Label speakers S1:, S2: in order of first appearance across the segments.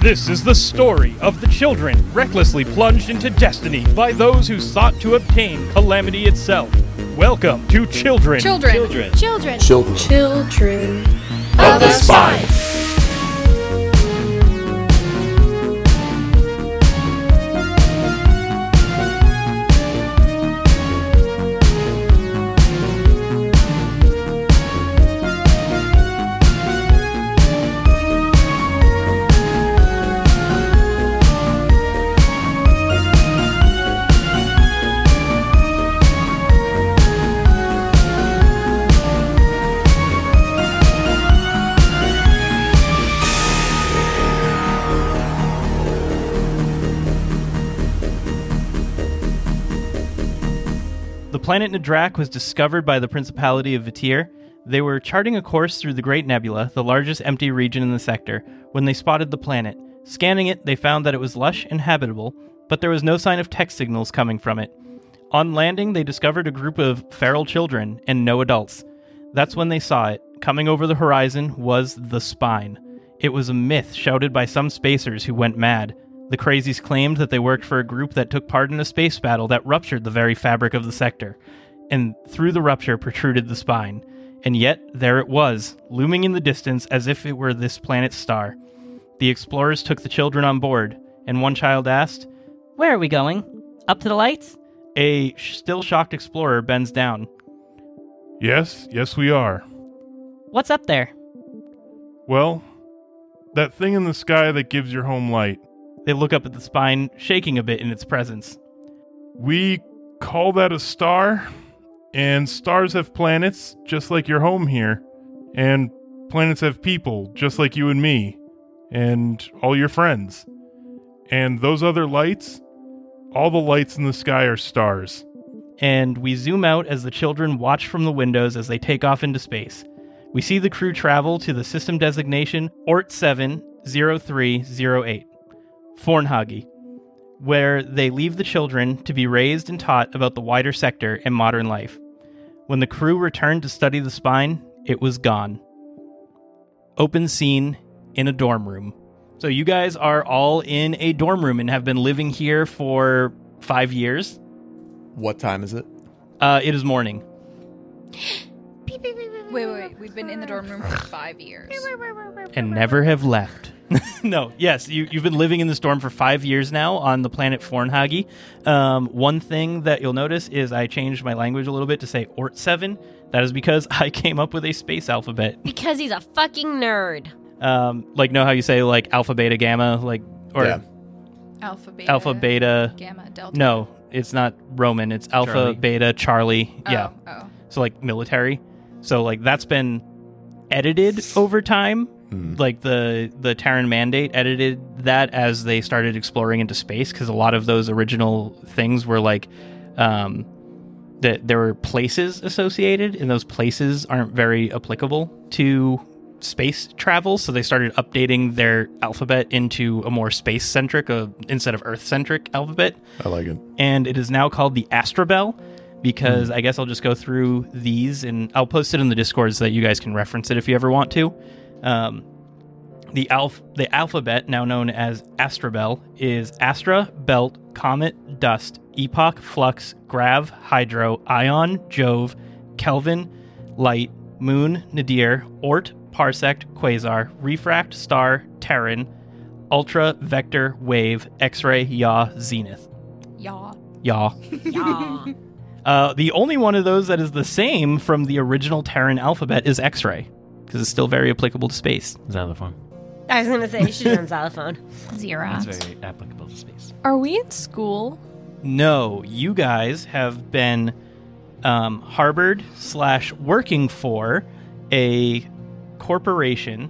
S1: This is the story of the children recklessly plunged into destiny by those who sought to obtain calamity itself. Welcome to Children.
S2: Children.
S3: Children.
S2: Children.
S4: Children.
S5: Children
S2: Of the
S4: Spy.
S3: The planet Nadrak was discovered by the Principality of Vitir. They were charting a course through the Great Nebula, the largest empty region in the sector, when they spotted the planet. Scanning it, they found that it was lush and habitable, but there was no sign of tech signals coming from it. On landing, they discovered a group of feral children and no adults. That's when they saw it. Coming over the horizon was the spine. It was a myth shouted by some spacers who went mad. The crazies claimed that they worked for a group that took part in a space battle that ruptured the very fabric of the sector. And through the rupture protruded the spine. And yet, there it was, looming in the distance as if it were this planet's star. The explorers took the children on board, and one child asked,
S6: Where are we going? Up to the lights?
S3: A still shocked explorer bends down.
S7: Yes, yes, we are.
S6: What's up there?
S7: Well, that thing in the sky that gives your home light,
S3: They look up at the spine, shaking a bit in its presence.
S7: we call that a star, and stars have planets, just like your home here, and planets have people, just like you and me, and all your friends. And those other lights, all the lights in the sky are stars.
S3: and we zoom out as the children watch from the windows as they take off into space. We see the crew travel to the system designation ORT 70308, Fornhagi, where they leave the children to be raised and taught about the wider sector and modern life. When the crew returned to study the spine, it was gone. Open scene in a dorm room. So you guys are all in a dorm room and have been living here for five years.
S4: What time is it?
S3: Uh, it is morning.
S2: Wait, wait, wait. We've been in the dorm room for five years.
S3: and never have left. no, yes, you, you've been living in the storm for five years now on the planet Fornhagi. Um, one thing that you'll notice is I changed my language a little bit to say Ort 7. That is because I came up with a space alphabet.
S8: Because he's a fucking nerd.
S3: Um, like, know how you say, like, alpha, beta, gamma, like, or
S4: Yeah.
S2: Alpha, beta.
S3: alpha, beta.
S2: Gamma, delta.
S3: No, it's not Roman. It's alpha,
S6: Charlie.
S3: beta, Charlie.
S2: Oh,
S3: Yeah.
S2: Oh.
S3: so like military so like that's been edited over time like the the Terran mandate edited that as they started exploring into space because a lot of those original things were like um that there were places associated and those places aren't very applicable to space travel so they started updating their alphabet into a more space centric uh, instead of earth centric alphabet
S4: I like it.
S3: and it is now called the Astrobel because I guess I'll just go through these and I'll post it in the Discord so that you guys can reference it if you ever want to. Um, the alph- the alphabet, now known as Astrobel, is Astra, Belt, Comet, Dust, Epoch, Flux, Grav, Hydro, Ion, Jove, Kelvin, Light, Moon, Nadir, Oort, Parsect, Quasar, Refract, Star, Terran, Ultra, Vector, Wave, X-ray, Yaw, Zenith.
S2: Yaw.
S3: Yaw.
S8: Yaw.
S3: Uh, the only one of those that is the same from the original Terran alphabet is X-ray, because it's still very applicable to space.
S9: Xylophone.
S8: I was gonna say you should have done xylophone.
S2: Xerox.
S9: It's very applicable to space.
S10: Are we in school?
S3: No, you guys have been um, harbored slash working for a corporation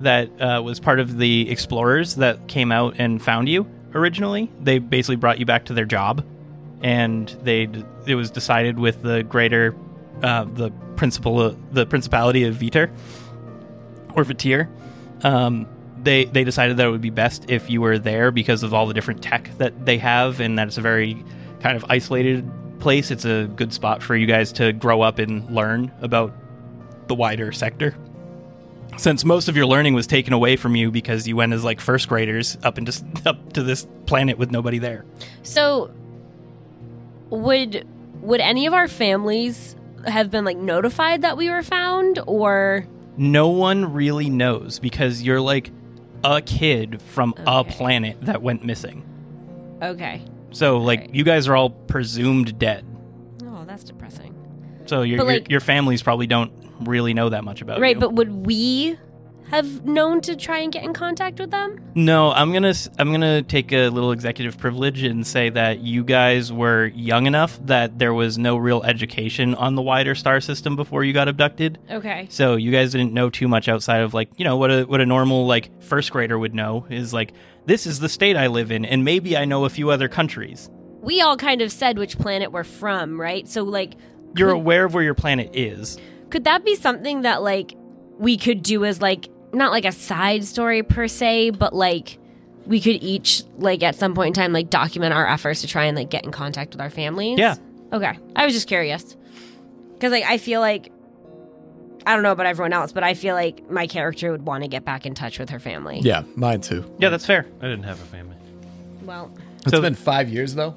S3: that uh, was part of the explorers that came out and found you originally. They basically brought you back to their job, and they it was decided with the greater uh, the principal the principality of Viter or Vitir. Um, they they decided that it would be best if you were there because of all the different tech that they have, and that it's a very kind of isolated place. It's a good spot for you guys to grow up and learn about the wider sector. since most of your learning was taken away from you because you went as like first graders up and just up to this planet with nobody there.
S8: So would would any of our families have been like notified that we were found or
S3: No one really knows because you're like a kid from a
S8: Okay.
S3: planet that went missing.
S8: okay.
S3: So like
S8: Right.
S3: you guys are all presumed dead.
S8: Oh, that's depressing.
S3: So your
S8: But,
S3: your,
S8: like-
S3: your families probably don't really know that much about
S8: right,
S3: you.
S8: but would we have known to try and get in contact with them?
S3: No, I'm gonna s- I'm gonna take a little executive privilege and say that you guys were young enough that there was no real education on the wider star system before you got abducted.
S8: Okay.
S3: So you guys didn't know too much outside of like you know what a what a normal like first grader would know is like this is the state I live in and maybe I know a few other countries.
S8: We all kind of said which planet we're from, right? So like
S3: You're
S8: Could-
S3: aware of where your planet is.
S8: Could that be something that like we could do as like not like a side story per se, but like we could each like at some point in time like document our efforts to try and like get in contact with our families?
S3: Yeah.
S8: Okay. I was just curious. Cuz like I feel like I don't know about everyone else, but I feel like my character would want to get back in touch with her family.
S4: Yeah, mine too.
S3: Yeah, that's fair.
S9: I didn't have a family.
S8: Well,
S4: It's
S3: So-
S4: been five years though.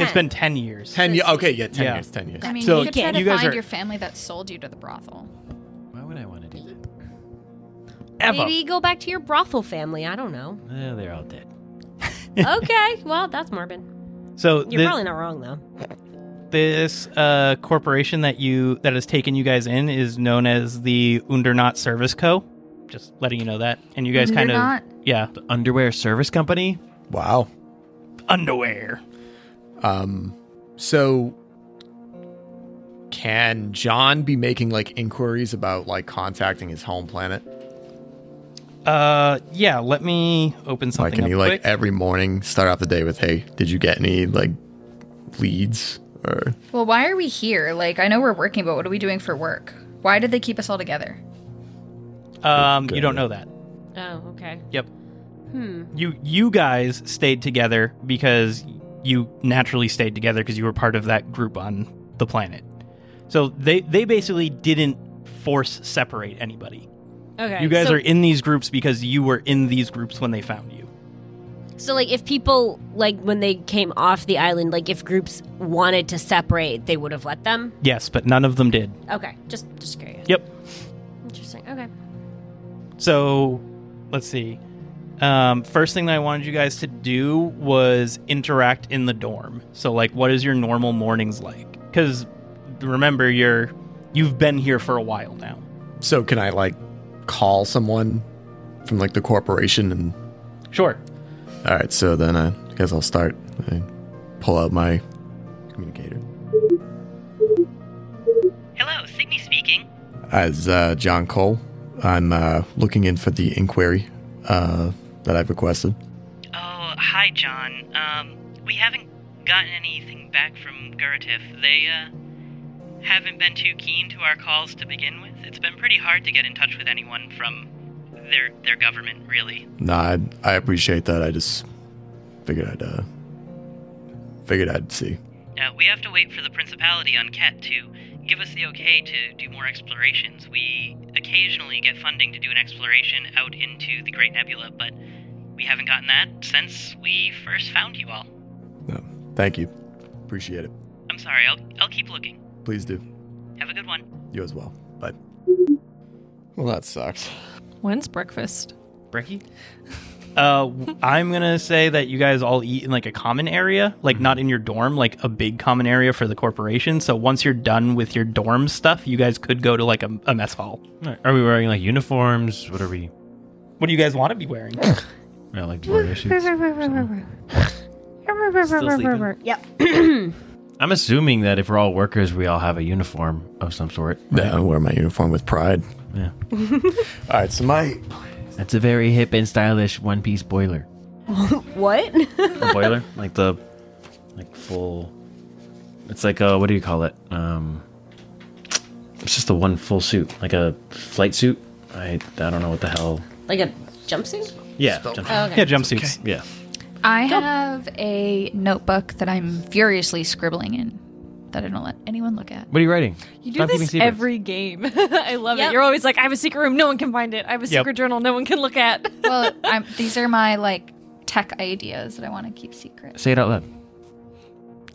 S3: It's been ten years.
S4: Ten years. Okay, yeah, ten
S3: Yeah.
S4: years. Ten years.
S2: I mean,
S3: So
S2: you could try to
S3: you guys
S2: find
S3: are-
S2: your family that sold you to the brothel.
S9: Why would I want to do that?
S3: Ever.
S8: maybe go back to your brothel family. I don't know.
S9: Eh, they're all dead.
S8: okay. Well, that's morbid.
S3: So
S8: You're
S3: the-
S8: probably not wrong though.
S3: this uh, corporation that you that has taken you guys in is known as the Undernot Service Co. Just letting you know that, and you guys kind
S2: Undernot?
S3: of yeah
S9: The underwear service company?
S4: Wow.
S3: underwear.
S4: Um, so can John be making like inquiries about like contacting his home planet?
S3: Uh, yeah. Let me open
S4: Like,
S3: something
S4: can
S3: up
S4: he like
S3: quick.
S4: every morning start off the day with, "Hey, did you get any like leads?" Or
S2: Well, why are we here? Like, I know we're working, but what are we doing for work? Why did they keep us all together?
S4: e-
S3: um,
S4: uh,
S3: you don't know that.
S8: Oh, okay.
S3: Yep. You you guys stayed together because you naturally stayed together because you were part of that group on the planet. So they they basically didn't force separate anybody.
S8: Okay.
S3: You guys
S8: so-
S3: are in these groups because you were in these groups when they found you.
S8: So, like, if people, like, when they came off the island, like, if groups wanted to separate, they would have let them?
S3: Yes, but none of them did.
S8: Okay. Just, just curious.
S3: Yep.
S8: Interesting. Okay.
S3: So, let's see. Um, first thing that I wanted you guys to do was interact in the dorm. So, like, what is your normal mornings like? Because remember, you're you've been here for a while now.
S4: so can I like call someone from like the corporation and
S3: Sure.
S4: All right, so then I guess I'll start. I pull out my communicator.
S6: Hello, Signy speaking.
S4: As uh, John Cole, I'm uh, looking in for the inquiry uh, that I've requested.
S6: Oh, hi, John. Um, we haven't gotten anything back from Guratif. They uh, haven't been too keen to our calls to begin with. It's been pretty hard to get in touch with anyone from their their government, really.
S4: Nah, I, I appreciate that. I just figured I'd uh, figured I'd see.
S6: Now, Uh, we have to wait for the Principality on Ket to give us the okay to do more explorations. We occasionally get funding to do an exploration out into the Great Nebula, but we haven't gotten that since we first found you all.
S4: No, thank you. Appreciate it.
S6: I'm sorry, I'll, I'll keep looking.
S4: Please do.
S6: Have a good one.
S4: You as well. Bye. Well, that sucks.
S5: When's breakfast?
S3: Bricky. Uh, w- I'm gonna say that you guys all eat in like a common area, like not in your dorm, like a big common area for the corporation. So once you're done with your dorm stuff, you guys could go to like a, a mess hall.
S9: Are we wearing like uniforms? What are we?
S3: What do you guys want to be wearing?
S9: Yeah, like warrior suits.
S5: Still sleeping.
S8: Yep.
S9: I'm assuming that if we're all workers, we all have a uniform of some sort.
S4: Yeah, I wear my uniform with pride.
S9: Yeah.
S4: All right, so my
S9: That's a very hip and stylish one piece boiler.
S8: What?
S9: boiler? Like the like full it's like a what do you call it? Um it's just the one full suit, like a flight suit. I I don't know what the hell.
S8: like a jumpsuit?
S9: Yeah. jump-
S8: Oh, okay.
S3: yeah, jumpsuits.
S9: Yeah.
S2: I have a notebook that I'm furiously scribbling in. that I don't let anyone look at.
S11: What are you writing?
S6: You do
S11: Stop keeping
S6: this
S11: secrets.
S6: every game. I love
S8: Yep.
S6: it. You're always like, I have a secret room, no one can find it. I have a
S3: Yep.
S6: secret journal, no one can look at.
S2: Well, I'm, these are my like tech ideas that I want to keep secret.
S11: Say it out loud.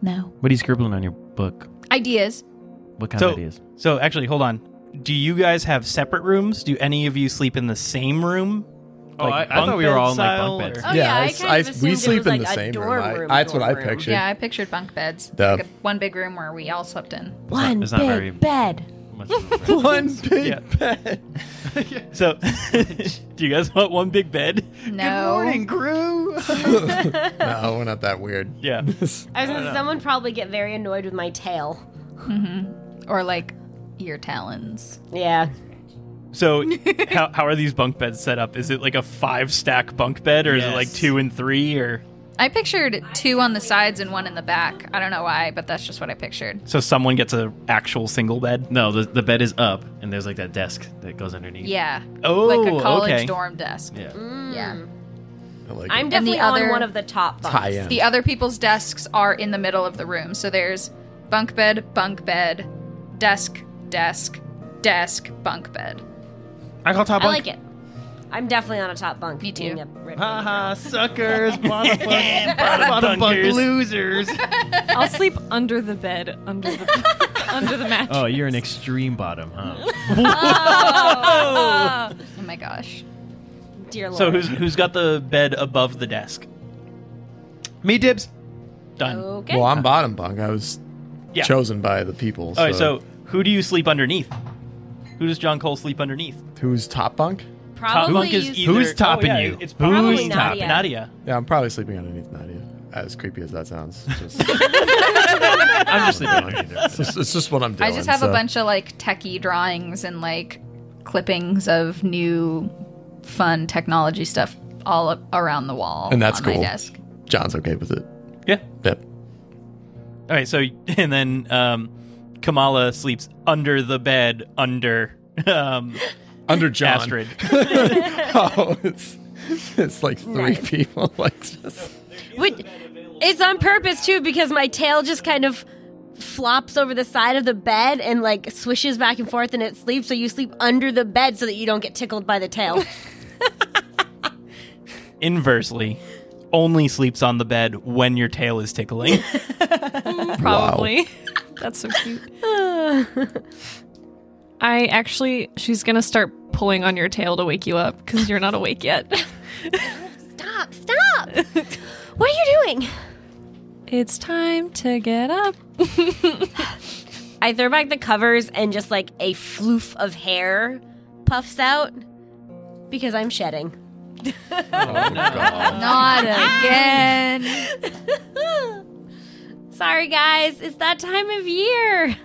S2: No
S11: What are you scribbling on your book?
S2: ideas.
S11: What kind of
S3: So,
S11: ideas?
S3: so actually, hold on. Do you guys have separate rooms? Do any of you sleep in the same room?
S11: Oh,
S3: Like
S11: I, I thought
S3: bunk
S11: we were
S3: bed
S11: all in like
S3: style
S11: bunk beds.
S3: or-
S8: Oh, yeah, I
S4: it's-
S8: kind of assumed
S4: we
S8: it
S4: sleep
S8: was
S4: in
S8: like
S4: the
S8: a
S4: same room.
S8: dorm
S4: I-
S8: room,
S4: that's what I
S8: dorm room.
S4: pictured.
S2: Yeah, I pictured bunk beds,
S4: The-
S2: like a, one big room where we all slept in.
S8: One
S11: It's
S8: big
S11: not very-
S8: bed.
S4: One big
S3: Yeah.
S4: bed.
S3: So, do you guys want one big bed?
S2: No.
S3: Gru.
S4: No, we're not that weird.
S3: yeah.
S8: I was gonna say, someone probably get very annoyed with my tail.
S2: or like ear talons.
S8: Yeah.
S3: So, how, how are these bunk beds set up? Is it like a five stack bunk bed, or is it like
S11: Yes.
S3: two and three, or
S2: I pictured two on the sides and one in the back. I don't know why, but that's just what I pictured.
S3: so someone gets a actual single bed?
S11: No, the, the bed is up, and there's like that desk that goes underneath.
S2: Yeah.
S3: Oh,
S2: like a college
S3: okay.
S2: dorm desk.
S11: Yeah.
S2: Yeah.
S4: I like
S8: I'm
S4: it.
S2: And the
S8: definitely
S2: other-
S8: on one of the top bunks.
S4: high end.
S2: The other people's desks are in the middle of the room. So there's bunk bed, bunk bed, desk, desk, desk, bunk bed.
S11: I call top
S8: I like it. I'm definitely on a top bunk.
S2: Me too.
S8: being a rip-
S11: Haha, suckers, bottom bunk,
S3: Bottom bunkers.
S11: losers.
S6: I'll sleep under the bed, under the under the mattress.
S11: Oh, you're an extreme bottom, huh?
S2: Oh my gosh.
S8: Dear Lord.
S3: So who's who's got the bed above the desk?
S11: Me dibs.
S3: Done.
S8: okay?
S4: Well, I'm bottom bunk. I was
S3: Yeah.
S4: chosen by the people.
S3: All right. So, who do you sleep underneath? Who does John Cole sleep underneath?
S4: who's top bunk?
S3: Top
S8: probably
S3: bunk is
S8: use-
S3: either- Oh,
S11: Who's topping
S3: yeah,
S11: you?
S3: It's probably
S8: Who's
S3: top-
S8: topping?
S3: Nadia.
S4: Yeah, I'm probably sleeping underneath Nadia. As creepy as that sounds, just,
S11: I'm just sleeping.
S4: it's, just, it's just what I'm doing.
S2: I just have
S4: so.
S2: a bunch of like techie drawings and like clippings of new fun technology stuff all up around the wall.
S4: And that's
S2: on
S4: cool.
S2: My desk.
S4: John's okay with it.
S3: Yeah.
S4: Yep.
S3: All right. So, and then um, Kamala sleeps under the bed under um,
S4: Under John.
S3: Astrid.
S4: oh, it's it's like three
S8: Nice.
S4: people. Like just
S8: Would- it's on purpose too because my tail just kind of flops over the side of the bed and like swishes back and forth and it sleeps so you sleep under the bed so that you don't get tickled by the tail
S3: Inversely, only sleeps on the bed when your tail is tickling.
S6: Probably. That's so cute. I actually, she's gonna start pulling on your tail to wake you up because you're not awake yet.
S8: stop stop what are you doing
S6: it's time to get up.
S8: i throw back the covers and just like a floof of hair puffs out because i'm shedding
S2: Not again.
S8: sorry guys it's that time of year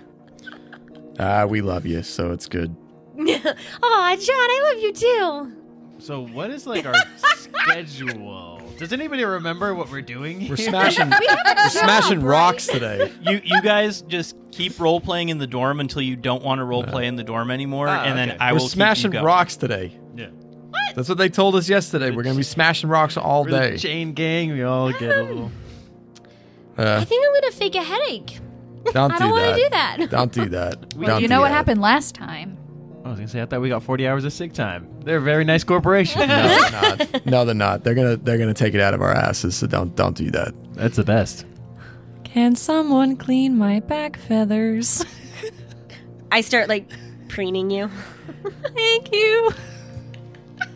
S4: ah, we love you, so it's good.
S8: oh john i love you too
S11: So what is like our schedule? Does anybody remember what we're doing?
S4: We're smashing we're smashing rocks today.
S3: you you guys just keep role playing in the dorm until you don't want to role play in the dorm anymore,
S11: Ah,
S3: and then
S11: okay.
S3: I
S4: we're
S3: will
S4: smashing
S3: keep you going.
S4: rocks today.
S11: Yeah.
S4: That's what they told us yesterday. We're gonna be smashing rocks all
S11: We're the
S4: day.
S11: chain gang. We all get a little.
S4: Uh,
S8: i think i'm gonna fake a headache
S4: don't
S8: i don't want
S4: that.
S8: to do that
S4: Don't do that.
S2: Well,
S4: Don't
S2: you
S4: do
S2: know what
S4: that.
S2: happened last time.
S11: I was gonna say I thought we got 40 hours of sick time. They're a very nice
S4: No,
S11: corporation.
S4: they're not. No, they're not. They're gonna they're gonna take it out of our asses. So don't don't do that.
S11: That's the best.
S6: Can someone clean my back feathers?
S8: i start like preening you
S6: Thank you.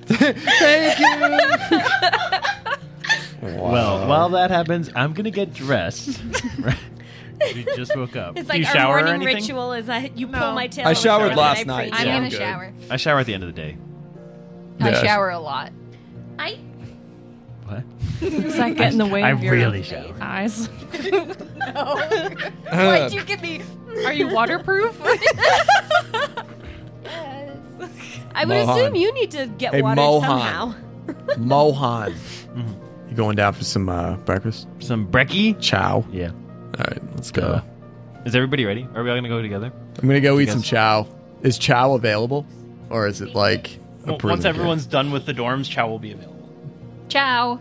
S4: Thank you.
S11: Well, while that happens, I'm gonna get dressed. we just woke up.
S8: It's
S3: Do
S8: like
S3: you
S8: our
S3: shower or
S8: morning
S3: anything?
S8: ritual is I you pull my tail.
S4: I
S8: over
S4: showered
S8: and
S4: last
S8: I
S4: night,
S8: preen.
S2: I'm
S4: so Yeah,
S2: gonna
S4: I'm good.
S2: shower.
S11: I shower at the end of the day.
S4: Yes.
S2: I shower a lot.
S8: I
S11: What?
S6: Does that get in the way
S11: I
S6: of your
S11: really shower.
S6: eyes?
S8: Why'd you give me?
S6: Are you waterproof?
S8: I would
S4: Mohan.
S8: assume you need to get
S4: Hey,
S8: water
S4: Mohan.
S8: somehow.
S4: Mohan. You going down for some uh, breakfast?
S11: Some brekkie?
S4: Chow.
S11: Yeah.
S4: All right, let's go.
S11: Uh, Is everybody ready? Are we all gonna go together?
S4: I'm gonna go eat
S11: guess-
S4: some chow. Is chow available, or is it like a
S3: Well,
S4: proven
S3: Once
S4: good?
S3: everyone's done with the dorms, chow will be available.
S2: Ciao.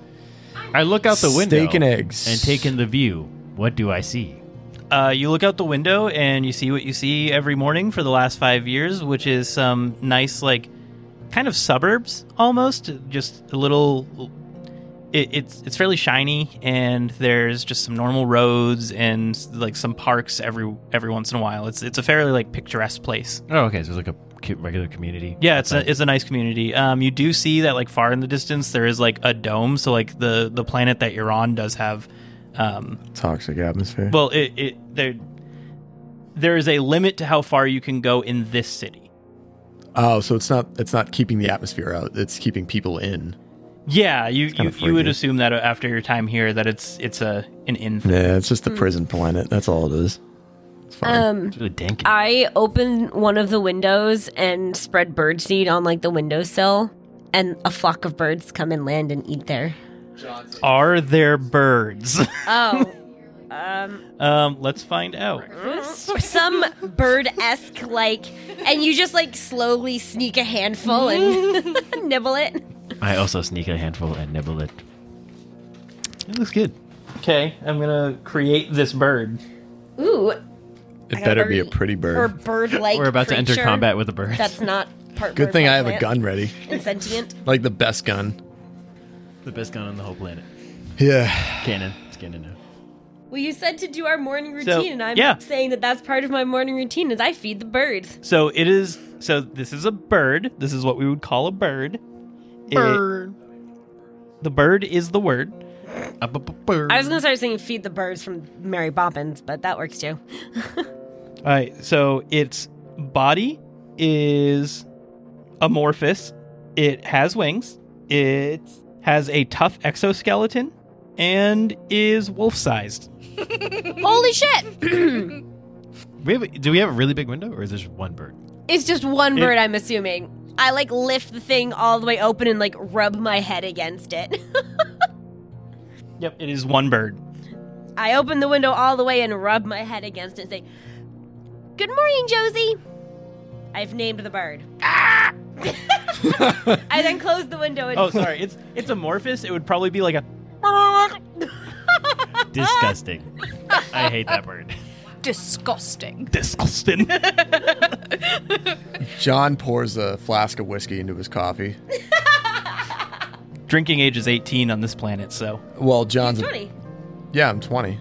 S11: I look out the window
S4: Steak and eggs.
S11: and take in the view. What do I see?
S3: Uh, you look out the window and you see what you see every morning for the last five years, which is some nice, like, kind of suburbs almost. Just a little. It, it's it's fairly shiny, and there's just some normal roads and like some parks every every once in a while. It's it's a fairly like picturesque place.
S9: Oh, okay. So it's like a cu- regular community.
S3: Yeah, it's a, it's a nice community. Um, you do see that like far in the distance there is like a dome, so like the the planet that you're on does have um,
S4: Toxic atmosphere.
S3: well, it, it there there is a limit to how far you can go in this city.
S4: oh, so it's not it's not keeping the atmosphere out. It's keeping people in.
S3: Yeah, you you,
S4: kinda
S3: you would
S4: freaky.
S3: assume that after your time here that it's it's a an in thing.
S4: Yeah, it's
S2: Hmm.
S4: just the prison planet. That's all it is. It's fine.
S8: Um,
S9: It's really dank.
S8: I open one of the windows and spread birdseed on like the windowsill, and a flock of birds come and land and eat there.
S3: Are there birds?
S8: Oh, um,
S3: um, let's find out.
S8: some bird esque like, and you just like slowly sneak a handful and nibble it.
S9: I also sneak a handful and nibble it. It looks good.
S3: Okay, I'm gonna create this bird.
S8: Ooh,
S4: it better be a
S8: bird-
S4: pretty
S8: or
S4: bird.
S8: bird like.
S9: We're about to enter combat with a bird.
S8: That's not part.
S4: Good
S8: bird,
S4: thing
S8: part
S4: I have a
S8: plant
S4: gun ready,
S8: And sentient.
S4: like the best gun.
S9: the best gun on the whole planet.
S4: Yeah.
S9: Cannon. It's cannon now.
S8: Well, you said to do our morning routine,
S3: So,
S8: and I'm
S3: yeah.
S8: saying that that's part of my morning routine is I feed the birds.
S3: So it is. So this is a bird. This is what we would call a bird. Bird. the bird is the word.
S9: A b- b- bird.
S8: I was gonna start singing "Feed the Birds" from Mary Bobbins, but that works too.
S3: All right, so its body is amorphous. It has wings. It has a tough exoskeleton and is wolf-sized.
S8: Holy shit!
S9: We have a- do we have a really big window, or is there just one bird?
S8: It's just one
S3: It-
S8: bird, I'm assuming. I like lift the thing all the way open and like rub my head against it.
S3: Yep, it is one bird.
S8: I open the window all the way and rub my head against it and say, Good morning, Josie. I've named the bird. I then close the window and
S3: Oh, sorry. It's it's amorphous. It would probably be like a
S9: Disgusting. I hate that bird.
S2: Disgusting.
S3: disgusting.
S4: John pours a flask of whiskey into his coffee.
S3: Drinking age is 18 on this planet, so
S4: Well, John's a-
S8: 20.
S4: yeah, I'm 20,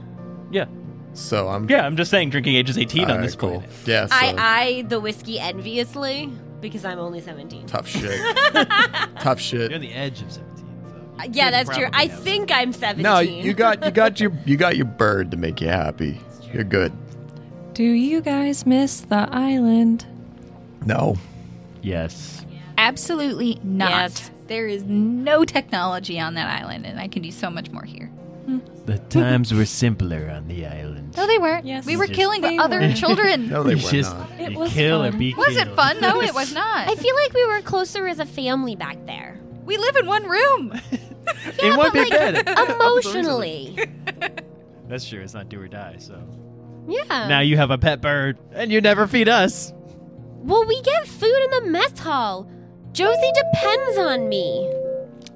S3: yeah.
S4: so I'm
S3: Yeah, I'm just saying drinking age is 18 on
S4: Alright,
S3: this
S4: cool.
S3: planet.
S4: Yeah, so
S8: I eye the whiskey enviously because I'm only 17.
S4: tough shit. tough shit.
S9: You're on the edge of seventeen.
S8: Uh,
S9: So
S8: Yeah,
S9: you
S8: that's true.
S9: probably
S8: I
S9: have-
S8: think I'm 17.
S4: No, you got you got your you got your bird to make you happy. You're good.
S5: Do you guys miss the island?
S4: No.
S9: Yes.
S2: Absolutely not.
S8: Yes.
S2: There is no technology on that island, and I can do so much more here.
S9: The times were simpler on the island.
S2: No, they weren't.
S5: Yes.
S2: we were
S9: Just-
S2: killing
S5: They
S2: other
S5: were.
S2: children.
S4: No, they
S9: It's
S4: were
S9: just-
S4: not.
S5: It
S9: you
S5: was
S9: kill or
S5: fun.
S9: be
S2: Was it
S9: killed.
S2: fun? No, it was not.
S8: feel like we were closer as a family back there.
S2: we live in one room.
S9: In one big bed.
S8: Emotionally.
S9: That's true. It's not do or die. So
S8: yeah.
S9: now you have a pet bird, and you never feed us.
S8: Well, we get food in the mess hall. Josie depends on me.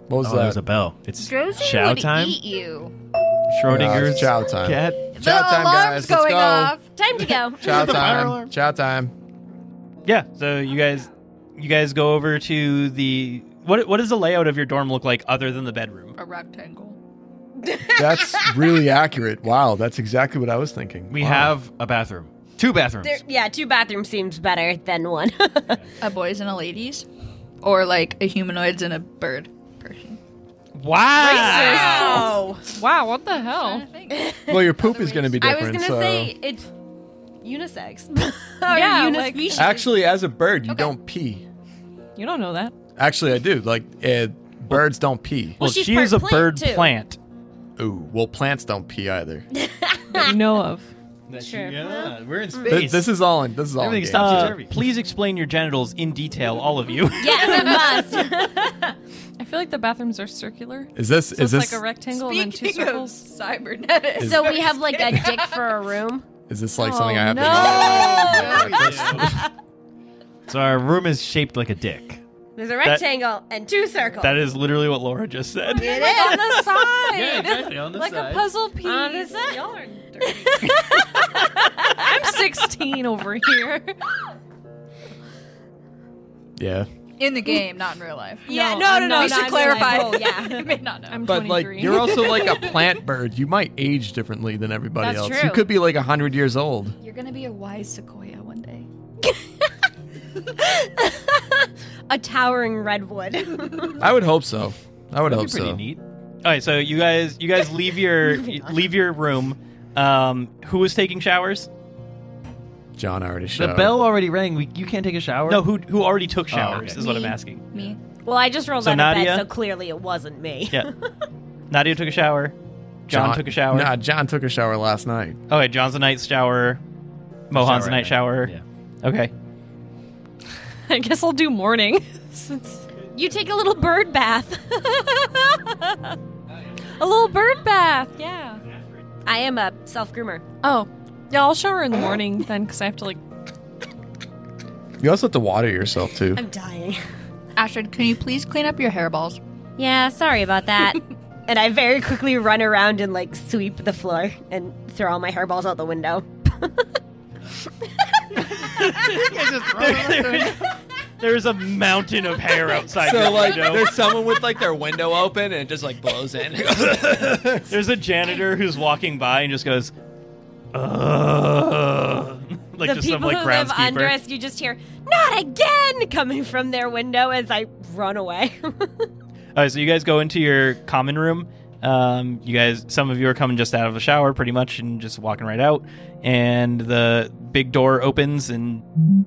S4: What was
S9: Oh,
S4: that?
S9: there's a bell. It's
S2: Josie
S9: chow
S2: would
S9: time.
S2: eat you.
S4: Uh,
S9: Schrodinger's
S4: it's chow time.
S9: cat.
S2: the
S4: Chow time,
S2: alarm's
S4: guys. Let's
S2: going
S4: go.
S2: off.
S8: Time to go.
S4: Chow time.
S9: alarm.
S4: Chow time.
S3: Yeah. So you guys, you guys go over to the what? What does the layout of your dorm look like other than the bedroom?
S2: A rectangle.
S4: That's really accurate. Wow, that's exactly what I was thinking.
S9: We
S4: Wow.
S9: have a bathroom. Two bathrooms.
S8: There, yeah, two bathrooms seems better than one.
S2: A boys and a ladies, or like a humanoids and a bird person.
S3: Wow.
S8: oh.
S5: Wow, what the hell?
S4: Well, your poop is going to be
S8: I was
S4: different.
S8: going to
S4: so.
S8: say it's unisex.
S5: Yeah,
S8: yeah,
S5: like-
S8: unispecies.
S4: Actually, as a bird, you don't pee.
S5: You don't know that.
S4: Actually, I do. Like uh, birds don't pee.
S3: Well,
S8: she's
S3: she is a
S8: part plant,
S3: bird
S8: too.
S3: plant.
S4: Ooh, well, plants don't pee either. Th-
S5: That you know of.
S8: Sure.
S9: Yeah, we're in space.
S4: this is all. In, this is all. in
S9: Everything's
S4: game.
S9: top-
S3: Uh,
S9: Jerry.
S3: please explain your genitals in detail, all of you.
S8: yes, it must.
S5: I feel like the bathrooms are circular.
S4: is this?
S5: So it's
S4: is this?
S5: like a rectangle and then two
S2: Speaking of
S5: circles.
S2: cybernetics,
S8: so we have like a dick for a room.
S4: is this like something
S5: Oh,
S4: I have
S5: no.
S9: so our room is shaped like a dick.
S8: There's a rectangle and two circles.
S3: that is literally what Laura just said.
S5: Like on the side.
S9: exactly on the
S5: like a puzzle piece.
S8: On the side.
S2: 30.
S5: I'm 16 over here.
S4: Yeah.
S2: in the game, not in real life.
S8: Yeah,
S5: no, no,
S8: no, no,
S5: no,
S2: we
S5: no,
S2: should
S5: I'm
S2: clarify.
S8: like, oh, yeah.
S2: you may not know.
S5: I'm
S4: But
S5: 23.
S4: like you're also like a plant bird. You might age differently than everybody
S8: That's
S4: else. You
S8: true.
S4: could be like hundred years old.
S2: You're gonna be a wise sequoia one day.
S8: A towering redwood.
S4: I would hope so. I would hope
S3: That'd be pretty
S4: so.
S3: neat. All right, so you guys, you guys leave your leave your room. Um, who was taking showers?
S4: John already
S9: The
S4: showed.
S9: bell already rang. We, you can't take a shower.
S3: No, who who already took showers
S9: okay.
S3: is what I'm
S2: Me.
S3: asking.
S2: Me.
S8: well, I just rolled
S3: So
S8: out of
S3: Nadia?
S8: bed, so clearly it wasn't me.
S3: Yeah, Nadia took a shower. John, took a shower.
S4: Nah, John took a shower last night.
S3: Okay, John's a night shower.
S9: Shower
S3: Mohan's a
S9: at
S3: night
S9: night.
S3: shower.
S9: Yeah.
S3: Okay.
S5: I guess I'll do morning. Since
S8: You take a little bird bath.
S5: a little bird bath, yeah.
S8: I am a self groomer.
S5: Oh, yeah, I'll shower in the morning then because I have to like.
S4: You also have to water yourself too.
S8: I'm dying.
S2: Astrid, can you please clean up your hairballs?
S8: Yeah, sorry about that. and I very quickly run around and like sweep the floor and throw all my hairballs out the window.
S3: There's a mountain of hair outside.
S10: So
S3: your
S10: like,
S3: window.
S10: there's someone with like their window open and it just like blows in.
S3: There's a janitor who's walking by and just goes, Ugh. like
S8: the
S3: just some
S8: people
S3: like
S8: who live under
S3: groundskeeper.
S8: us, you just hear "Not again!" coming from their window as I run away.
S3: All right, so you guys go into your common room. Um, you guys, some of you are coming just out of the shower, pretty much, and just walking right out. And the big door opens and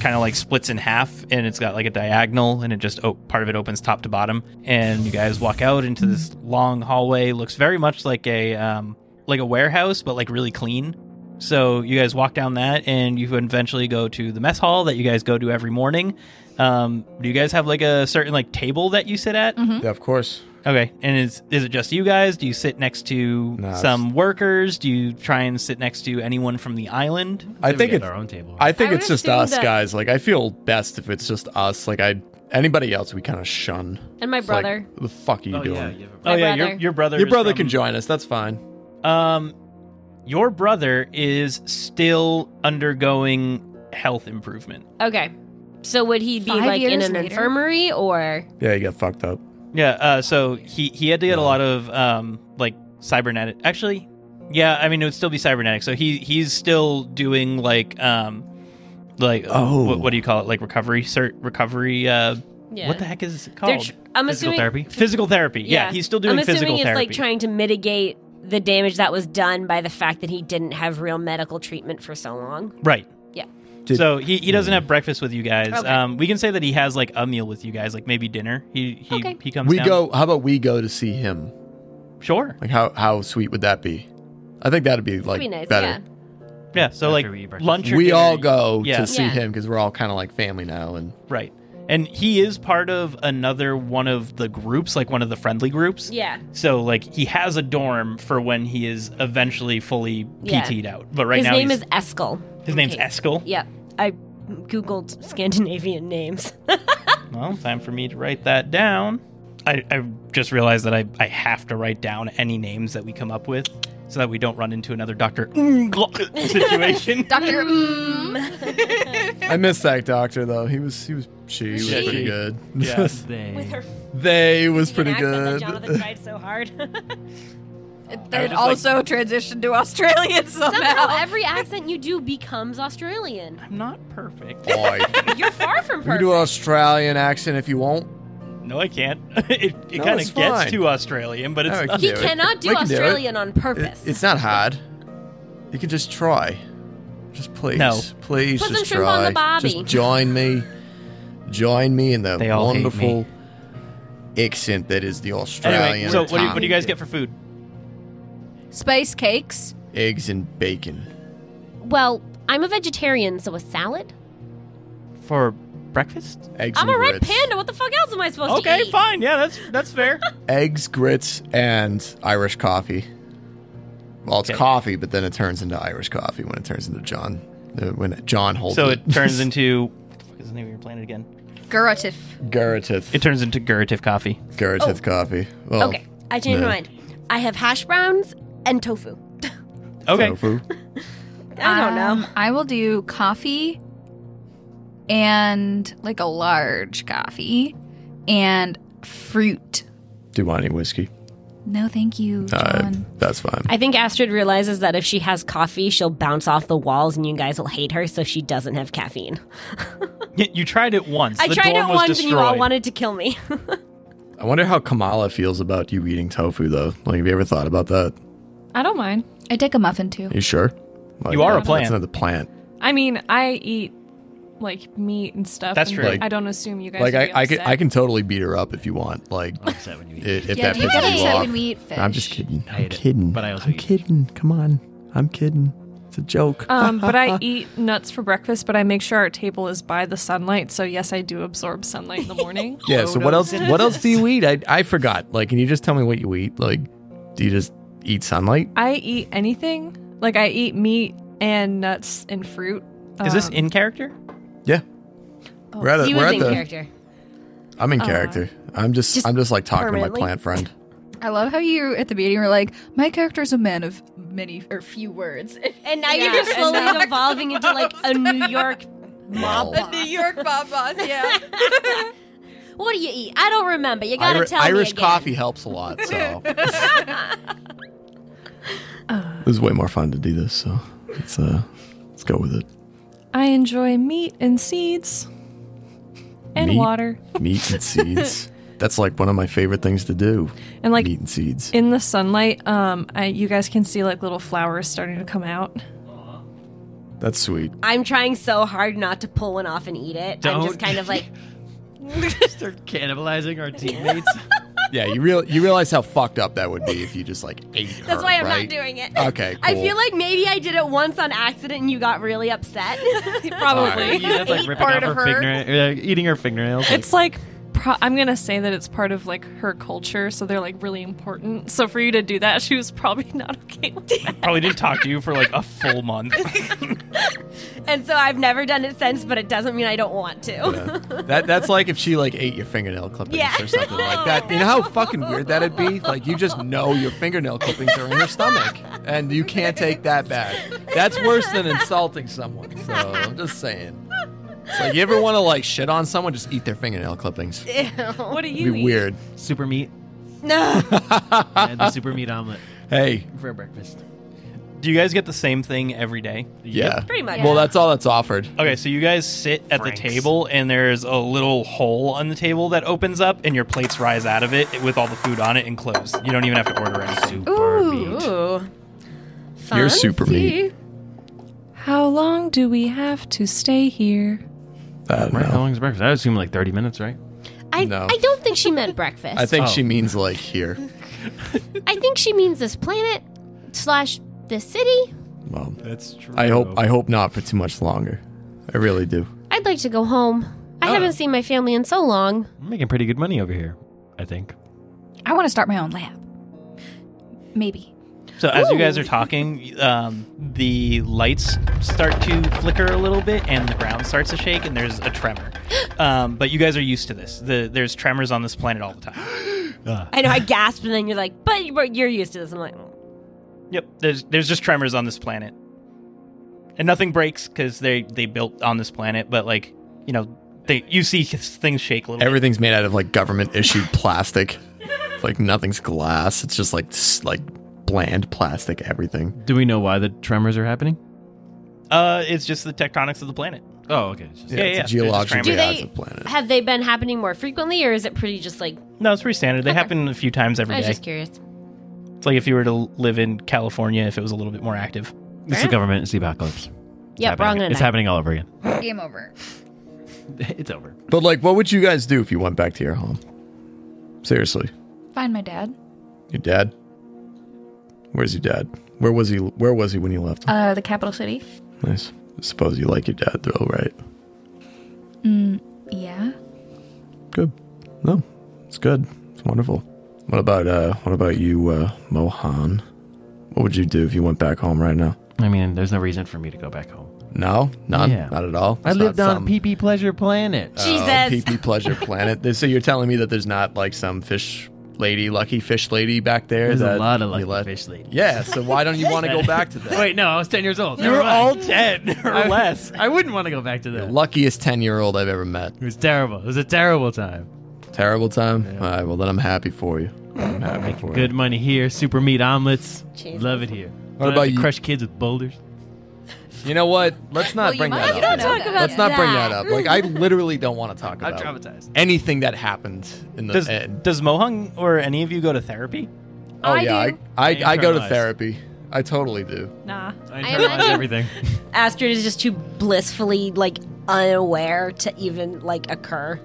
S3: kind of like splits in half, and it's got like a diagonal, and it just oh, part of it opens top to bottom. And you guys walk out into this long hallway. Looks very much like a um, like a warehouse, but like really clean. So you guys walk down that, and you eventually go to the mess hall that you guys go to every morning. Um, do you guys have like a certain like table that you sit at?
S4: Yeah, of course.
S3: Okay, and is is it just you guys? Do you sit next to
S4: No, it's-
S3: some workers? Do you try and sit next to anyone from the island?
S4: I think
S9: it's
S4: it's
S9: our own table.
S4: I think
S5: I
S4: it's
S5: would
S4: just
S5: assume
S4: us
S5: that-
S4: guys. Like I feel best if it's just us. Like I anybody else we kind of shun.
S5: And my
S4: It's like,
S5: brother.
S4: the fuck are you
S9: oh,
S4: doing?
S9: yeah, you have a-
S5: My
S3: oh yeah, your
S5: brother.
S3: your brother.
S4: Your
S3: is
S4: brother
S3: from-
S4: can join us. That's fine.
S3: Um, your brother is still undergoing health improvement.
S8: okay, so would he be
S2: Five
S8: like in
S2: years
S8: an
S2: later?
S8: infirmary or?
S4: Yeah, you got fucked up.
S3: Yeah. Uh, so he he had to get a lot of um like cybernetic. Actually, yeah. I mean, it would still be cybernetic. So he he's still doing like um like
S4: Oh.
S3: what, what do you call it? Like recovery cert recovery. Uh,
S5: Yeah.
S3: what the heck is it
S8: They're
S3: called?
S8: tr- I'm
S9: Physical
S8: assuming.
S9: therapy.
S3: Physical therapy. Yeah, he's still doing
S8: I'm assuming
S3: physical
S8: it's
S3: therapy.
S8: like trying to mitigate the damage that was done by the fact that he didn't have real medical treatment for so long.
S3: right.
S8: Yeah.
S4: Did-
S3: so he, he doesn't have breakfast with you guys.
S8: Okay.
S3: Um, we can say that he has like a meal with you guys, like maybe dinner. He he,
S8: Okay.
S3: he comes.
S4: We
S3: down.
S4: go. How about we go to see him?
S3: Sure.
S4: Like how how sweet would that be? I think that'd be like
S8: That'd be nice.
S4: better.
S3: Yeah. So
S9: After
S3: like
S9: we eat breakfast.
S3: lunch. Or
S4: we
S3: dinner,
S4: all
S3: you-
S4: go
S3: Yeah.
S4: to see
S8: Yeah.
S4: him because we're all kind of like family now. And
S3: Right. And he is part of another one of the groups, like one of the friendly groups.
S8: Yeah. Yeah.
S3: So like he has a dorm for when he is eventually fully
S8: Yeah.
S3: PT'd out. But right
S8: his
S3: now
S8: name
S3: he's-
S8: is Eskel.
S3: his name's
S8: Okay.
S3: Eskel.
S8: Yep. I googled Scandinavian names.
S3: Well, time for me to write that down. I, I just realized that I, I have to write down any names that we come up with so that we don't run into another Dr. Ungl- situation.
S2: Doctor, Mm.
S4: I miss that doctor though. He was he was she was
S8: She.
S4: pretty good.
S3: Yeah.
S9: They-
S4: they was pretty
S8: An accent
S4: good.
S8: That Jonathan tried so hard.
S2: that mm, also transitioned to Australian
S8: Somehow
S2: somehow.
S8: every accent you do becomes Australian.
S3: I'm not perfect.
S4: Boy,
S8: You're far from
S4: you can
S8: perfect.
S4: do an Australian accent if you want.
S3: No, I can't. It, it
S4: No,
S3: kind
S4: it's
S3: of gets
S4: fine.
S3: to Australian, but it's
S4: No, it
S3: not.
S8: he
S4: do it.
S8: cannot do
S4: We can do it.
S8: Australian on
S4: It,
S8: purpose.
S4: it's not hard. You can just try. Just please,
S3: No.
S4: please
S8: Put some
S4: just
S8: shrimp on
S4: try.
S8: the Bobby.
S4: Just join me. Join me in the
S3: They all hate
S4: wonderful accent that is the Australian.
S3: Anyway, so what do, you, what do you guys
S4: tongue.
S3: get for food?
S2: Space cakes.
S4: Eggs and bacon.
S8: well, I'm a vegetarian, so a salad.
S3: For breakfast?
S4: Eggs
S8: I'm
S4: and
S8: a red
S4: grits.
S8: panda. What the fuck else am I supposed to
S3: Okay,
S8: eat?
S3: fine. Yeah, that's that's fair.
S4: Eggs, grits, and Irish coffee. Well, it's
S3: Okay.
S4: coffee, but then it turns into Irish coffee when it turns into John. uh, When John holds
S3: so
S4: it.
S3: it turns into what the fuck is the name of your planet again?
S2: Guratif.
S4: Gurritith.
S3: It Oh. turns into Guratif coffee.
S4: Gurritith coffee. Well,
S8: Okay, I changed
S4: Oh, No.
S8: my mind. I have hash browns and tofu.
S3: Okay.
S4: Tofu.
S8: I don't know.
S2: Um, I will do coffee and like a large coffee and fruit.
S4: Do you want any whiskey?
S2: No, thank you,
S4: Uh,
S2: John.
S4: that's fine.
S8: I think Astrid realizes that if she has coffee, she'll bounce off the walls and you guys will hate her, so she doesn't have caffeine.
S3: Y- You tried it once.
S8: I
S3: the
S8: tried
S3: dorm
S8: it
S3: was
S8: once and you all
S3: destroyed.
S8: wanted to kill me.
S4: I wonder how Kamala feels about you eating tofu, though. Like, have you ever thought about that?
S5: I don't mind.
S2: I take a muffin too.
S4: You sure? Like,
S3: You are a plant.
S4: That's another plant.
S5: I mean, I eat like meat and stuff.
S3: That's
S5: and
S3: true. Like-
S5: I don't assume you guys.
S4: Like,
S5: would
S4: I,
S5: be
S4: I can
S5: upset.
S4: I can totally beat her up if you want. Like,
S9: upset when you eat.
S4: if, if
S2: yeah,
S4: that
S2: do you
S4: pisses
S2: get
S4: you
S2: upset
S4: off.
S2: when we eat fish?
S4: I'm just kidding.
S9: I
S4: I'm
S9: hate it,
S4: kidding.
S9: but I also
S4: I'm
S9: eat it.
S4: kidding. Come on. I'm kidding. It's a joke.
S5: Um, but I eat nuts for breakfast, but I make sure our table is by the sunlight. So yes, I do absorb sunlight in the morning.
S4: yeah. So what else? What else do you eat? I I forgot. Like, can you just tell me what you eat? Like, do you just eat sunlight?
S5: I eat anything. Like I eat meat and nuts and fruit.
S3: Is this
S5: Um,
S3: in character?
S4: Yeah. we're at, a,
S8: he
S4: we're
S8: was
S4: at
S8: in
S4: the.
S8: character.
S4: I'm in character. I'm just,
S8: Just
S4: I'm just like talking to my
S8: permanently?
S4: plant friend.
S2: I love how you at the beginning were like, my character is a man of many or few words.
S8: And now
S2: Yeah,
S8: you're just
S2: and
S8: slowly
S2: now-
S8: evolving into like a New York
S4: Wow.
S8: mob. boss.
S2: York Bob Boss, yeah.
S8: What do you eat? I don't remember. You gotta
S4: Iri-
S8: tell me
S4: Irish
S8: again.
S4: coffee helps a lot. So this is way more fun to do this. So let's uh, let's go with it.
S5: I enjoy meat and seeds and
S4: Meat?
S5: water
S4: Meat and seeds. That's like one of my favorite things to do.
S5: and like
S4: meat and seeds.
S5: in the sunlight. Um, I, you guys can see like little flowers starting to come out.
S4: That's sweet.
S8: I'm trying so hard not to pull one off and eat it. I'm
S9: Don't.
S8: just kind of like,
S9: Start cannibalizing our teammates.
S4: Yeah, you real you realize how fucked up that would be if you just like ate.
S8: that's why I'm not doing it.
S4: Okay,
S8: I
S4: cool.
S8: feel like maybe I did it once on accident and you got really upset.
S5: Probably.
S9: Yeah, that's like ripping off her, fingernail, uh, eating her fingernails.
S5: It's like pro- I'm gonna say that it's part of like her culture, so they're like really important. So for you to do that, she was probably not okay with that.
S3: Probably didn't talk to you for like a full month.
S8: and so I've never done it since, but it doesn't mean I don't want to.
S4: that that's like if she like ate your fingernail clippings
S8: Yeah. Oh,
S4: or something like that. You know how fucking weird that'd be? Like you just know your fingernail clippings are in her stomach and you can't take that back. That's worse than insulting someone. So I'm just saying. It's like you ever want to like shit on someone, just eat their fingernail clippings. It'd
S5: What do you
S4: be
S5: eat?
S4: weird.
S9: super meat.
S8: No.
S9: I had the super meat omelet
S4: Hey,
S9: for breakfast.
S3: Do you guys get the same thing every day?
S4: yeah.
S8: Pretty much.
S4: Well, that's all that's offered.
S3: Okay, so you guys sit at
S9: Franks.
S3: the table, and there's a little hole on the table that opens up, and your plates rise out of it with all the food on it and closed. You don't even have to order anything.
S9: Super meat.
S8: Ooh.
S4: You're super meat.
S5: How long do we have to stay here?
S4: I don't
S9: Right? How
S4: know.
S9: long is breakfast? I assume like 30 minutes, right?
S8: I,
S4: No.
S8: I don't think she meant breakfast.
S4: I think
S9: Oh.
S4: she means like here.
S8: I think she means this planet slash this city.
S4: Well,
S9: That's true.
S4: I hope I hope not for too much longer. I really do.
S8: I'd like to go home.
S4: Oh.
S8: I haven't seen my family in so long.
S9: I'm making pretty good money over here, I think.
S2: I want to start my own lab. Maybe.
S3: So as you guys are talking, um, the lights start to flicker a little bit, and the ground starts to shake, and there's a tremor. Um, but you guys are used to this. The, there's tremors on this planet all the time.
S8: I know I gasped, and then you're like, "But you- but you're used to this." I'm like, "Oh."
S3: Yep. There's there's just tremors on this planet, and nothing breaks because they they built on this planet. But like you know, they you see things shake a
S9: Mm-hmm.
S3: little. bit.
S4: Everything's made out of like government issued plastic. Like nothing's glass. It's just like s- like bland plastic. Everything.
S9: Do we know why the tremors are happening?
S3: Uh, it's just the tectonics of the planet.
S9: Oh, okay. It's just-
S3: Yeah, yeah,
S4: It's a
S3: yeah.
S4: geological
S3: Do
S8: they-
S4: chaos of planet.
S8: have they been happening more frequently, or is it pretty just like?
S3: No, it's pretty standard. They happen a few times every
S8: I was
S3: day.
S8: just curious.
S3: It's like if you were to live in California, if it was a little bit more active.
S9: It's the government. It's the apocalypse.
S8: Yeah,
S9: Happening.
S8: wrong.
S9: It's happening all over again.
S2: Game over.
S9: it's over.
S4: But like, what would you guys do if you went back to your home? Seriously,
S2: Find my dad.
S4: your dad. Where's your dad? Where was he? Where was he when you left? Him?
S2: Uh, the capital city.
S9: Uh.
S4: nice. I suppose you like your dad though, right?
S2: Yeah.
S4: Good. No, it's good. It's wonderful. What about uh? What about you, uh, Mohan? What would you do if you went back home right now?
S9: I mean, there's no reason for me to go back home.
S4: No, none,
S9: Yeah.
S4: not at all.
S9: I
S4: It's
S9: lived
S4: not
S9: on
S4: some-
S9: PP Pleasure Planet.
S11: Uh,
S8: Jesus.
S4: Oh, PP Pleasure Planet. So you're telling me that there's not like some fish lady, lucky fish lady back there.
S11: There's a
S4: that
S11: lot of
S4: we
S11: lucky
S4: let-
S11: fish ladies.
S4: Yeah, so why don't you want to go back to that?
S11: Wait, no, I was 10 years old.
S3: You were all 10 or
S11: I,
S3: less.
S11: I wouldn't want to go back to that.
S4: Luckiest 10 year old I've ever met.
S11: It was terrible. It was a terrible time.
S4: Terrible time? All right, well, then I'm happy for you. I'm happy for
S11: Good money here. Super meat omelets.
S8: Jesus.
S11: Love it here.
S4: What
S11: Don't have
S4: about
S11: to
S4: you?
S11: Crush kids with boulders.
S4: you. You know what? Let's
S2: Well,
S4: not
S2: you
S4: bring
S2: might
S4: that
S2: as
S4: up.
S2: well know
S8: Don't talk
S2: that.
S8: about
S4: Let's not bring
S8: that.
S4: that up. Like, I literally don't want to talk
S11: I'm
S4: about
S11: traumatized.
S4: anything that happened in the
S3: Does,
S4: end.
S3: does Mohung or any of you go to therapy?
S4: Oh,
S2: I
S4: yeah.
S2: do.
S4: I, I, I go to
S11: Internalized.
S4: therapy. I totally do.
S5: Nah.
S11: I
S8: I imagine-
S11: internalized everything.
S8: Astrid is just too blissfully like unaware to even like occur.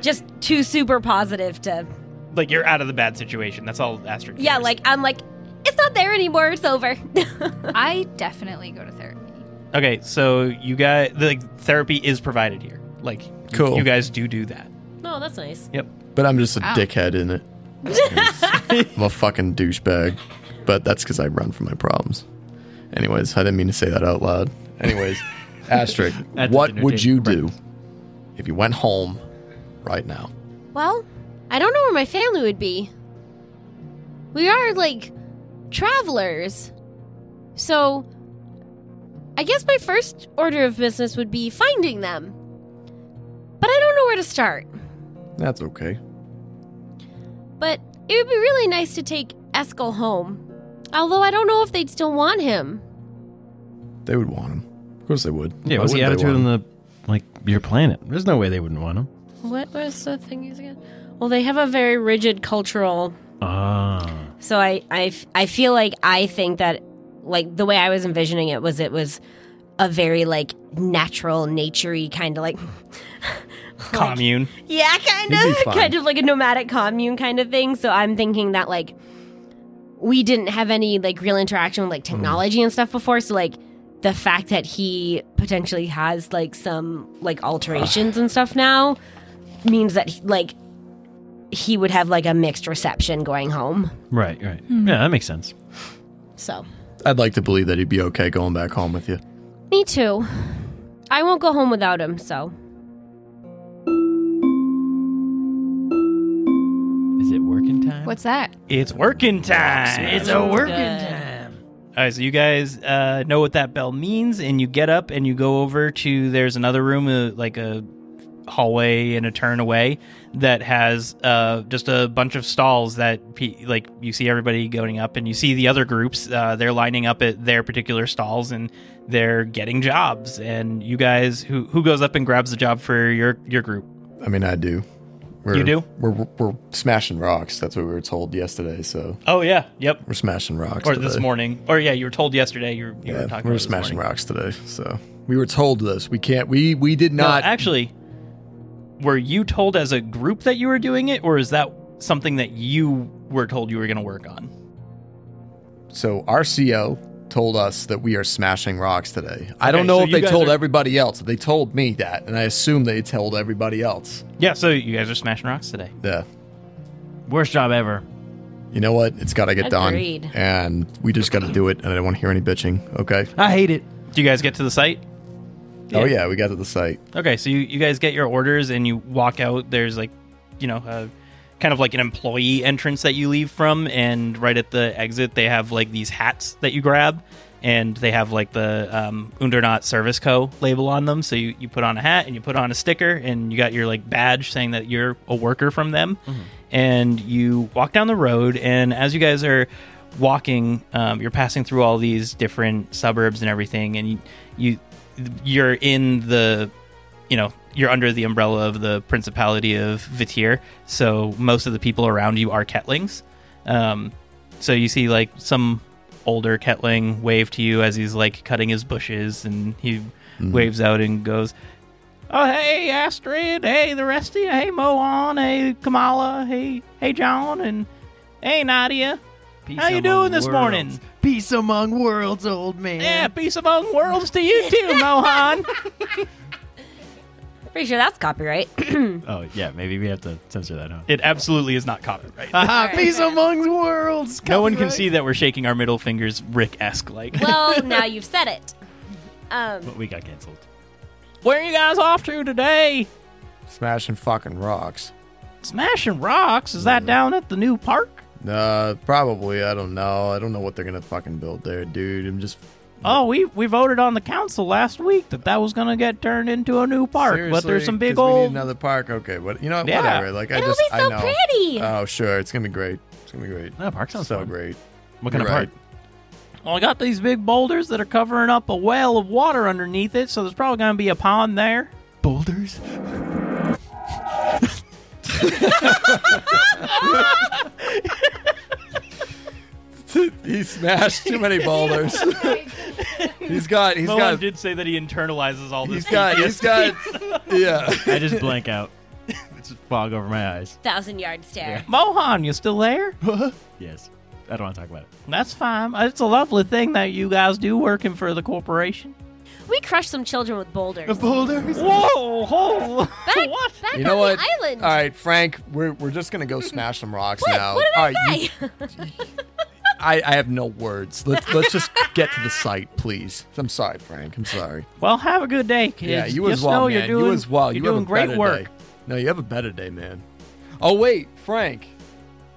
S8: Just too super positive to
S3: Like you're out of the bad situation. That's all Astrid.
S8: Yeah,
S3: cares.
S8: like I'm like it's not there anymore, it's over.
S2: I definitely go to therapy.
S3: Okay, so you guys like therapy is provided here. Like
S4: Cool.
S3: you guys do do that.
S8: no, Oh, that's nice.
S3: Yep.
S4: But I'm just a
S2: Wow.
S4: dickhead in it. I'm a fucking douchebag. But that's because I run from my problems. Anyways, I didn't mean to say that out loud. Anyways, Astrid,
S11: At the
S4: what
S11: dinner
S4: would
S11: table.
S4: you do if you went home right now?
S8: Well, I don't know where my family would be. We are like travelers. So I guess my first order of business would be finding them. But I don't know where to start.
S4: That's okay.
S8: But it would be really nice to take Eskel home. Although I don't know if they'd still want him.
S4: They would want him. Of course they would.
S9: Yeah,
S4: Why
S9: what's the
S4: wouldn't they
S9: attitude
S4: want
S9: on
S4: him?
S9: the like your planet? There's no way they wouldn't want him.
S8: What was the thing again? Well, they have a very rigid cultural.
S9: Ah,
S8: So I, I, f- I feel like I think that, like, the way I was envisioning it was it was a very, like, natural, naturey kind of like.
S3: Commune.
S8: Yeah, kind
S4: You'd be
S8: of,
S4: fine.
S8: kind of like a nomadic commune kind of thing. So I'm thinking that like we didn't have any like real interaction with like technology and stuff before. So like the fact that he potentially has like some like alterations and stuff now means that he, like he would have like a mixed reception going home.
S9: right, right. Yeah, that makes sense.
S8: So
S4: I'd like to believe that he'd be okay going back home with you.
S8: me too. I won't go home without him. So
S11: Is it working time?
S2: What's that?
S3: It's working time.
S11: It's a working
S5: Good.
S11: time.
S3: All right, so you guys uh, know what that bell means, and you get up and you go over to there's another room, uh, like a hallway and a turn away, that has uh, just a bunch of stalls that pe- like you see everybody going up, and you see the other groups. Uh, they're lining up at their particular stalls and they're getting jobs. And you guys, who who goes up and grabs the job for your your group?
S4: I mean, I do. We're,
S3: You do?
S4: We're, we're smashing rocks. That's what we were told yesterday. So
S3: Oh yeah, yep.
S4: we're smashing rocks.
S3: Or
S4: today.
S3: this morning, or yeah, you were told yesterday. You were, you were
S4: Yeah,
S3: talking.
S4: we were
S3: about it this
S4: smashing
S3: morning.
S4: rocks today. So we were told this. We can't. We we did not.
S3: no, actually were you told as a group that you were doing it or is that something that you were told you were going to work on
S4: so our CO told us that we are smashing rocks today. I don't
S3: Okay,
S4: know
S3: so
S4: if
S3: you
S4: they
S3: guys
S4: told
S3: are-
S4: everybody else. They told me that, and I assume they told everybody else.
S3: yeah so you guys are smashing rocks today
S4: Yeah.
S11: Worst job ever.
S4: You know what? It's got to get
S8: Agreed.
S4: done, and we just got to do it. And I don't want to hear any bitching. Okay.
S11: I hate it.
S3: do you guys get to the site
S4: Oh yeah, we got to the site.
S3: okay so you, you guys get your orders and you walk out there's like you know a, kind of like an employee entrance that you leave from and right at the exit they have like these hats that you grab and they have like the um, Undernaut Service Co. label on them. So you, you put on a hat and you put on a sticker and you got your like badge saying that you're a worker from them. And you walk down the road, and as you guys are walking, um, you're passing through all these different suburbs and everything, and you, you you're in the you know you're under the umbrella of the Principality of Vitir. So most of the people around you are Ketlings. Um, so you see like some older Ketling wave to you as he's like cutting his bushes, and he waves out and goes, "Oh hey Astrid, hey the rest of you, hey Moan, hey Kamala, hey hey John, and hey Nadia,
S11: Peace
S3: how you
S11: among
S3: doing this
S11: worlds.
S3: morning?
S11: Peace among worlds, old man.
S3: Yeah, peace among worlds to you too, Mohan."
S8: pretty sure that's copyright.
S11: Oh, yeah, maybe we have to censor that, huh?
S3: It absolutely is not copyright.
S11: Aha, Uh, peace among worlds.
S3: no one can
S11: copyright.
S3: see that we're shaking our middle fingers, Rick-esque like.
S8: well, now you've said it. Um,
S11: But we got canceled.
S3: Where are you guys off to today?
S4: Smashing fucking rocks.
S3: Smashing Rocks? Is
S12: Mm-hmm.
S3: that down at the new park?
S12: Uh, probably. I don't know. I don't know what they're gonna fucking build there, dude. I'm just
S3: Oh, we we voted on the council last week that that was going to get turned into a new park, but
S12: Seriously?
S3: there's some big
S12: 'Cause we need
S3: old
S12: another park. Okay, but you know
S3: Yeah.
S12: whatever. Like I
S3: It'll
S12: just
S3: be so
S12: I know.
S3: pretty.
S12: Oh sure, it's gonna be great. It's gonna be great.
S11: No, Ah, park sounds
S12: so
S11: fun.
S12: great.
S11: What kind
S12: You're
S11: of
S12: right.
S11: park?
S3: Well, I got these big boulders that are covering up a well of water underneath it, so there's probably going to be a pond there.
S11: Boulders?
S4: he smashed too many boulders. he's got. He's
S3: Moan
S4: got.
S3: did say that he internalizes all this.
S4: He's got. He's got. Yeah.
S11: I just blank out. It's just fog over my eyes.
S8: Thousand yard stare.
S3: Mohan, you still there?
S11: Yes. I don't want to talk about it.
S3: That's fine. Uh, It's a lovely thing that you guys do working for the corporation.
S8: We crushed some children with boulders.
S11: boulders?
S3: Whoa, whoa.
S8: Back, back
S12: You know
S8: on
S12: what?
S8: the island. Mm-hmm.
S12: All right, Frank, we're, we're just gonna go smash some rocks
S8: What?
S12: now.
S8: What did I
S12: All right, you-
S8: say?
S12: I, I have no words. Let's let's just get to the site, please. I'm sorry, Frank. I'm sorry.
S3: Well, have a good day, kids.
S12: Yeah, you
S3: Just
S12: as well,
S3: know
S12: man.
S3: You're doing,
S12: you as well.
S3: You're
S12: You have
S3: doing
S12: a
S3: great
S12: better
S3: work.
S12: Day. No, you have a better day, man. Oh wait, Frank,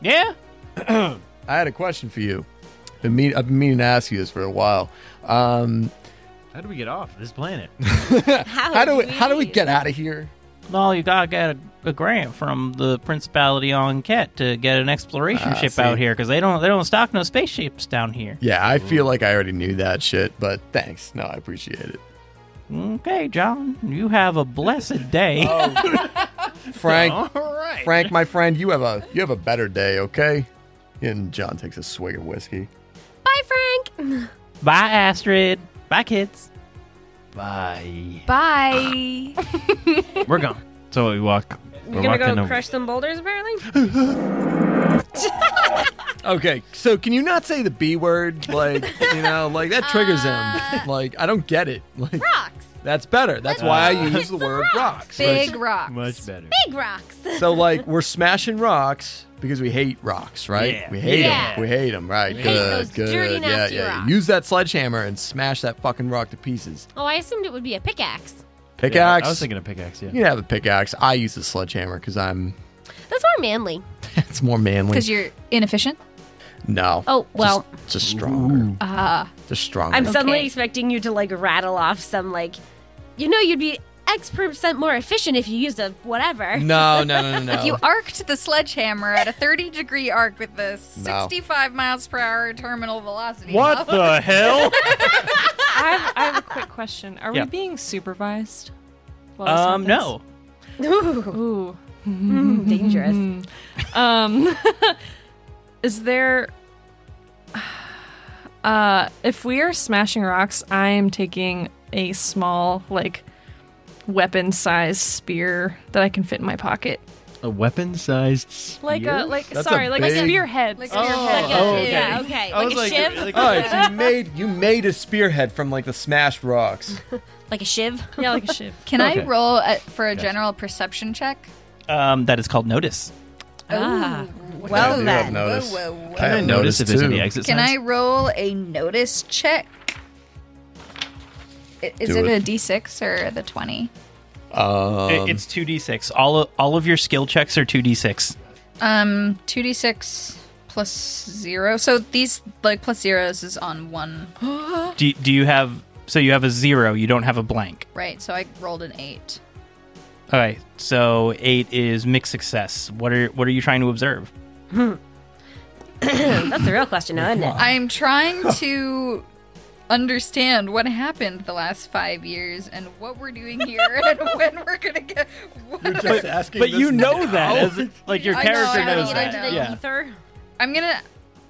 S3: Yeah.
S12: I had a question for you. Been mean, I've been meaning to ask you this for a while. Um,
S11: How do we get off this planet?
S12: how, do we, how do we get out of here?
S3: Well, you gotta get a, a grant from the Principality on Ket to get an exploration
S12: Ah,
S3: ship
S12: see.
S3: out here because they don't they don't stock no spaceships down here.
S12: Yeah, I feel like I already knew that shit, but thanks. No, I appreciate it.
S3: Okay, John, you have a blessed day.
S12: Oh. Frank, Frank, my friend, you have a you have a better day, okay? And John takes a swig of whiskey.
S8: Bye, Frank.
S3: Bye, Astrid. Bye, kids.
S11: Bye.
S2: Bye.
S11: We're gone. So we walk.
S8: We're
S11: we're
S8: gonna
S11: walking
S8: go
S11: over-
S8: crush some boulders, apparently.
S4: Okay, so can you not say the B word? Like, you know, like that triggers
S12: Uh,
S4: him. Like, I don't get it. Like,
S8: rocks.
S4: That's better. That's
S11: Uh,
S4: why I
S11: Hit
S4: use the word rocks.
S2: Big
S4: Like,
S2: rocks.
S11: Much better.
S8: Big rocks.
S4: So, like, we're smashing rocks because we hate rocks, right?
S12: Yeah.
S4: We hate
S8: Yeah.
S4: them. We hate them, right?
S8: We hate
S4: good,
S8: those
S4: good.
S8: dirty,
S4: yeah,
S8: nasty
S4: yeah.
S8: rocks.
S4: Use that sledgehammer and smash that fucking rock to pieces.
S8: Oh, I assumed it would be a pickaxe.
S12: Pickaxe.
S11: Yeah, I was thinking of pickaxe,
S12: You
S11: yeah.
S12: can have a pickaxe. I use the sledgehammer because I'm.
S8: That's more manly.
S12: It's more manly.
S2: Because you're inefficient.
S12: No.
S8: Oh, well.
S12: Just, just stronger.
S4: Uh,
S2: Ah.
S12: Just stronger.
S8: I'm suddenly
S2: Okay.
S8: expecting you to like rattle off some like, you know, you'd be X percent more efficient if you used a whatever.
S4: No, no, no, no, no.
S2: If you arced the sledgehammer at a 30 degree arc with the
S4: No.
S2: 65 miles per hour terminal velocity.
S3: What the hell?
S5: I have, I have a quick question. Are
S3: Yeah.
S5: we being supervised? while this
S3: Um,
S5: happens?
S3: no.
S5: Ooh.
S8: Mm, dangerous.
S5: Um, is there? Uh, if we are smashing rocks, I am taking a small, like, weapon-sized spear that I can fit in my pocket,
S11: A weapon-sized spear?
S5: like a like
S11: That's a
S5: sorry, like a
S11: big-
S5: spearhead.
S2: Like a
S5: spearhead.
S2: spearhead.
S11: oh, okay.
S8: Yeah, okay.
S11: I
S8: Like
S11: was
S8: a
S11: like-
S8: shiv?
S11: like-
S4: All right, so you made you made a spearhead from like the smashed rocks.
S8: Like a shiv?
S5: Yeah, like a shiv.
S2: Can
S11: Okay.
S2: I roll a, for a general perception check?
S3: Um, that is called notice.
S8: Ah.
S12: I
S2: Well
S12: do have
S2: then.
S12: notice.
S2: Whoa, whoa, whoa.
S12: I have
S11: Notice
S12: notice
S11: if there's
S12: too.
S11: any exit
S2: Can I
S11: signs.
S2: roll a notice check? I- Is
S12: Do
S2: it,
S12: it.
S2: a d6 or the 20?
S12: Um,
S3: It- it's two d six. All of, all of your skill checks are two d six.
S2: Um, 2d6 plus 0. So these, like, plus zeros is on one,
S3: Do do you have? So you have a zero. You don't have a blank.
S2: right? So I rolled an 8.
S3: All right. So eight is mixed success. What are what are you trying to observe?
S8: That's the real question, now,
S3: Oh.
S8: isn't it?
S2: I'm trying to understand what happened the last five years and what we're doing here and when we're gonna get. What
S12: just asking
S3: But
S12: this
S3: you know that,
S12: now?
S3: as, like your
S2: I know,
S3: character
S2: I know,
S3: knows
S2: I
S3: that.
S2: know.
S3: Yeah.
S8: ether.
S2: I'm gonna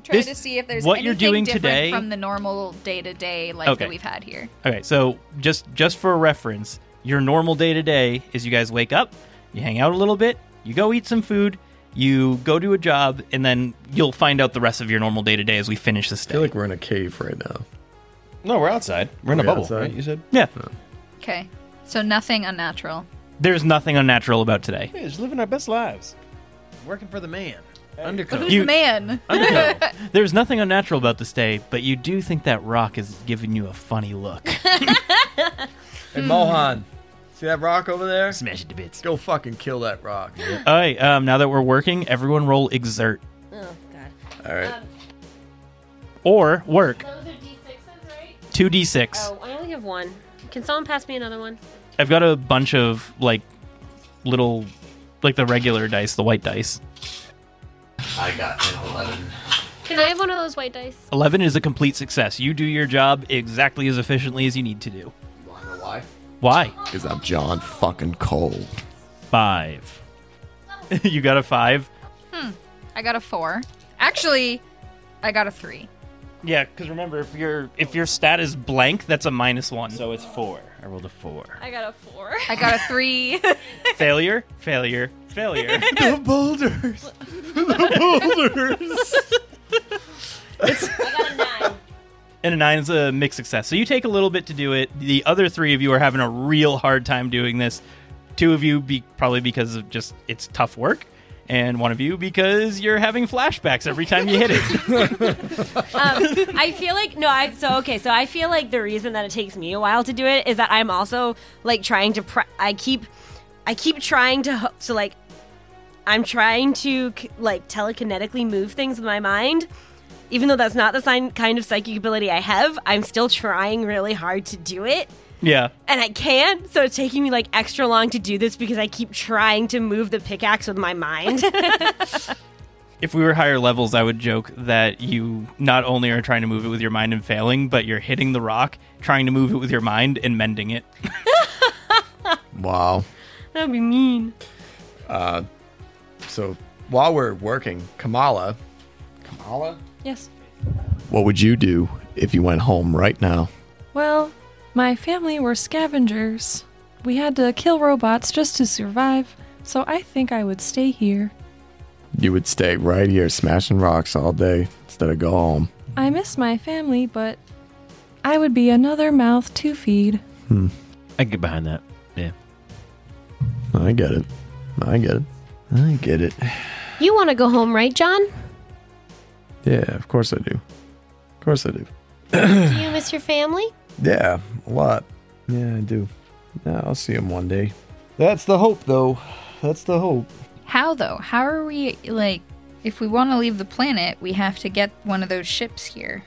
S2: try
S3: This-
S2: to see if there's
S3: what you're
S2: anything
S3: doing
S2: different
S3: today-
S2: from the normal day to day life
S3: Okay.
S2: that we've had here.
S3: Okay, so just just for reference, your normal day to day is you guys wake up, you hang out a little bit, you go eat some food, you go do a job, and then you'll find out the rest of your normal day to day as we finish this
S12: I
S3: day.
S12: feel like we're in a cave right now.
S9: No, we're outside. We're in a
S12: We're
S9: bubble,
S12: outside.
S9: right? You said?
S3: yeah,
S2: Okay, so nothing unnatural.
S3: there's nothing unnatural about today.
S9: Yeah, just living our best lives. Working for the man. Undercover.
S2: Who's the
S3: You-
S2: man?
S3: There's nothing unnatural about this day, but you do think that rock is giving you a funny look.
S4: And Mohan, See that rock over there? Smash it to bits. Go fucking kill that rock.
S3: All right. Um, now that we're working, everyone roll exert
S8: Oh god.
S4: All right.
S3: or work. Two d six.
S8: Oh, I only have one. Can someone pass me another one?
S3: I've got a bunch of like little, like the regular dice, the white dice.
S12: I got an 11.
S8: Can I have one of those white dice?
S3: 11 is a complete success. You do your job exactly as efficiently as you need to do.
S12: Why?
S3: Why?
S12: Because I'm John fucking Cole.
S3: Five. you got a five?
S2: Hmm. I got a four. Actually, I got a three.
S3: Yeah, because remember, if your if your stat is blank, that's a minus one. So it's four. I rolled a four.
S5: I got a four.
S2: I got a three.
S3: failure, failure, failure.
S11: the boulders.
S3: the boulders. and a nine is a mixed success. So you take a little bit to do it. The other three of you are having a real hard time doing this. Two of you be probably because of just it's tough work, and one of you because you're having flashbacks every time you hit it.
S8: Um, I feel like no. I so okay. So I feel like the reason that it takes me a while to do it is that I'm also like trying to. Pre- I keep, I keep trying to. ho- So like, I'm trying to k- like telekinetically move things with my mind, even though that's not the sign, kind of psychic ability I have. I'm still trying really hard to do it.
S3: yeah.
S8: And I can, so it's taking me like extra long to do this because I keep trying to move the pickaxe with my mind.
S3: If we were higher levels, I would joke that you not only are trying to move it with your mind and failing, but you're hitting the rock, trying to move it with your mind and mending it.
S12: Wow.
S8: That'd be mean.
S12: Uh, so while we're working, Kamala, Kamala,
S5: Yes.
S12: what would you do if you went home right now?
S5: Well, my family were scavengers. We had to kill robots just to survive, so I think I would stay here.
S12: You would stay right here smashing rocks all day instead of go home.
S5: I miss my family, but I would be another mouth to feed.
S12: Hmm.
S11: I can get behind that. Yeah.
S12: I get it. I get it. I get it.
S8: You want to go home, right, John?
S12: Yeah, of course I do. Of course I do.
S8: Do you miss your family?
S12: Yeah, a lot. Yeah, I do. Yeah, I'll see him one day. That's the hope, though. That's the hope.
S2: How though? How are we like? If we want to leave the planet, we have to get one of those ships here.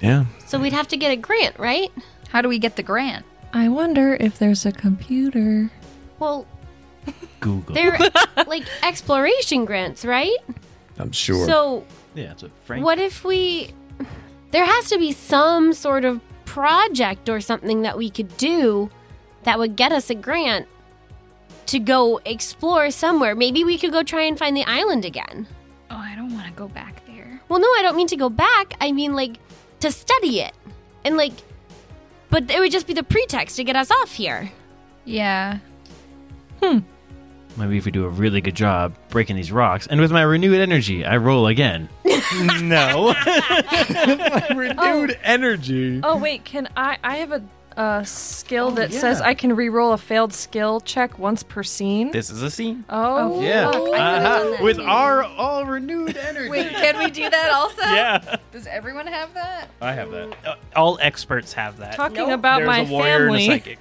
S12: Yeah.
S8: So we'd have to get a grant, right?
S2: How do we get the grant?
S5: I wonder if there's a computer.
S8: Well,
S11: Google.
S8: they're like exploration grants, right?
S12: I'm sure.
S8: So,
S11: yeah, that's what Frank.
S8: what if we. There has to be some sort of project or something that we could do that would get us a grant to go explore somewhere. Maybe we could go try and find the island again.
S2: Oh, I don't want to go back there.
S8: Well, no, I don't mean to go back. I mean, like, to study it. And, like, but it would just be the pretext to get us off here.
S2: Yeah.
S11: Maybe if we do a really good job breaking these rocks, and with my renewed energy, I roll again.
S3: no.
S4: Renewed energy.
S5: Oh wait, can I? I have a, a skill that
S11: yeah.
S5: says I can reroll a failed skill check once per scene.
S3: This is a scene.
S5: oh
S11: Yeah.
S5: fuck.
S11: Uh-huh. With our all renewed energy.
S2: Wait, can we do that also?
S3: Yeah.
S2: Does everyone have that?
S3: I have that. Uh, all experts have that.
S5: Talking about
S3: There's
S5: my
S3: a warrior
S5: family
S3: and a psychic.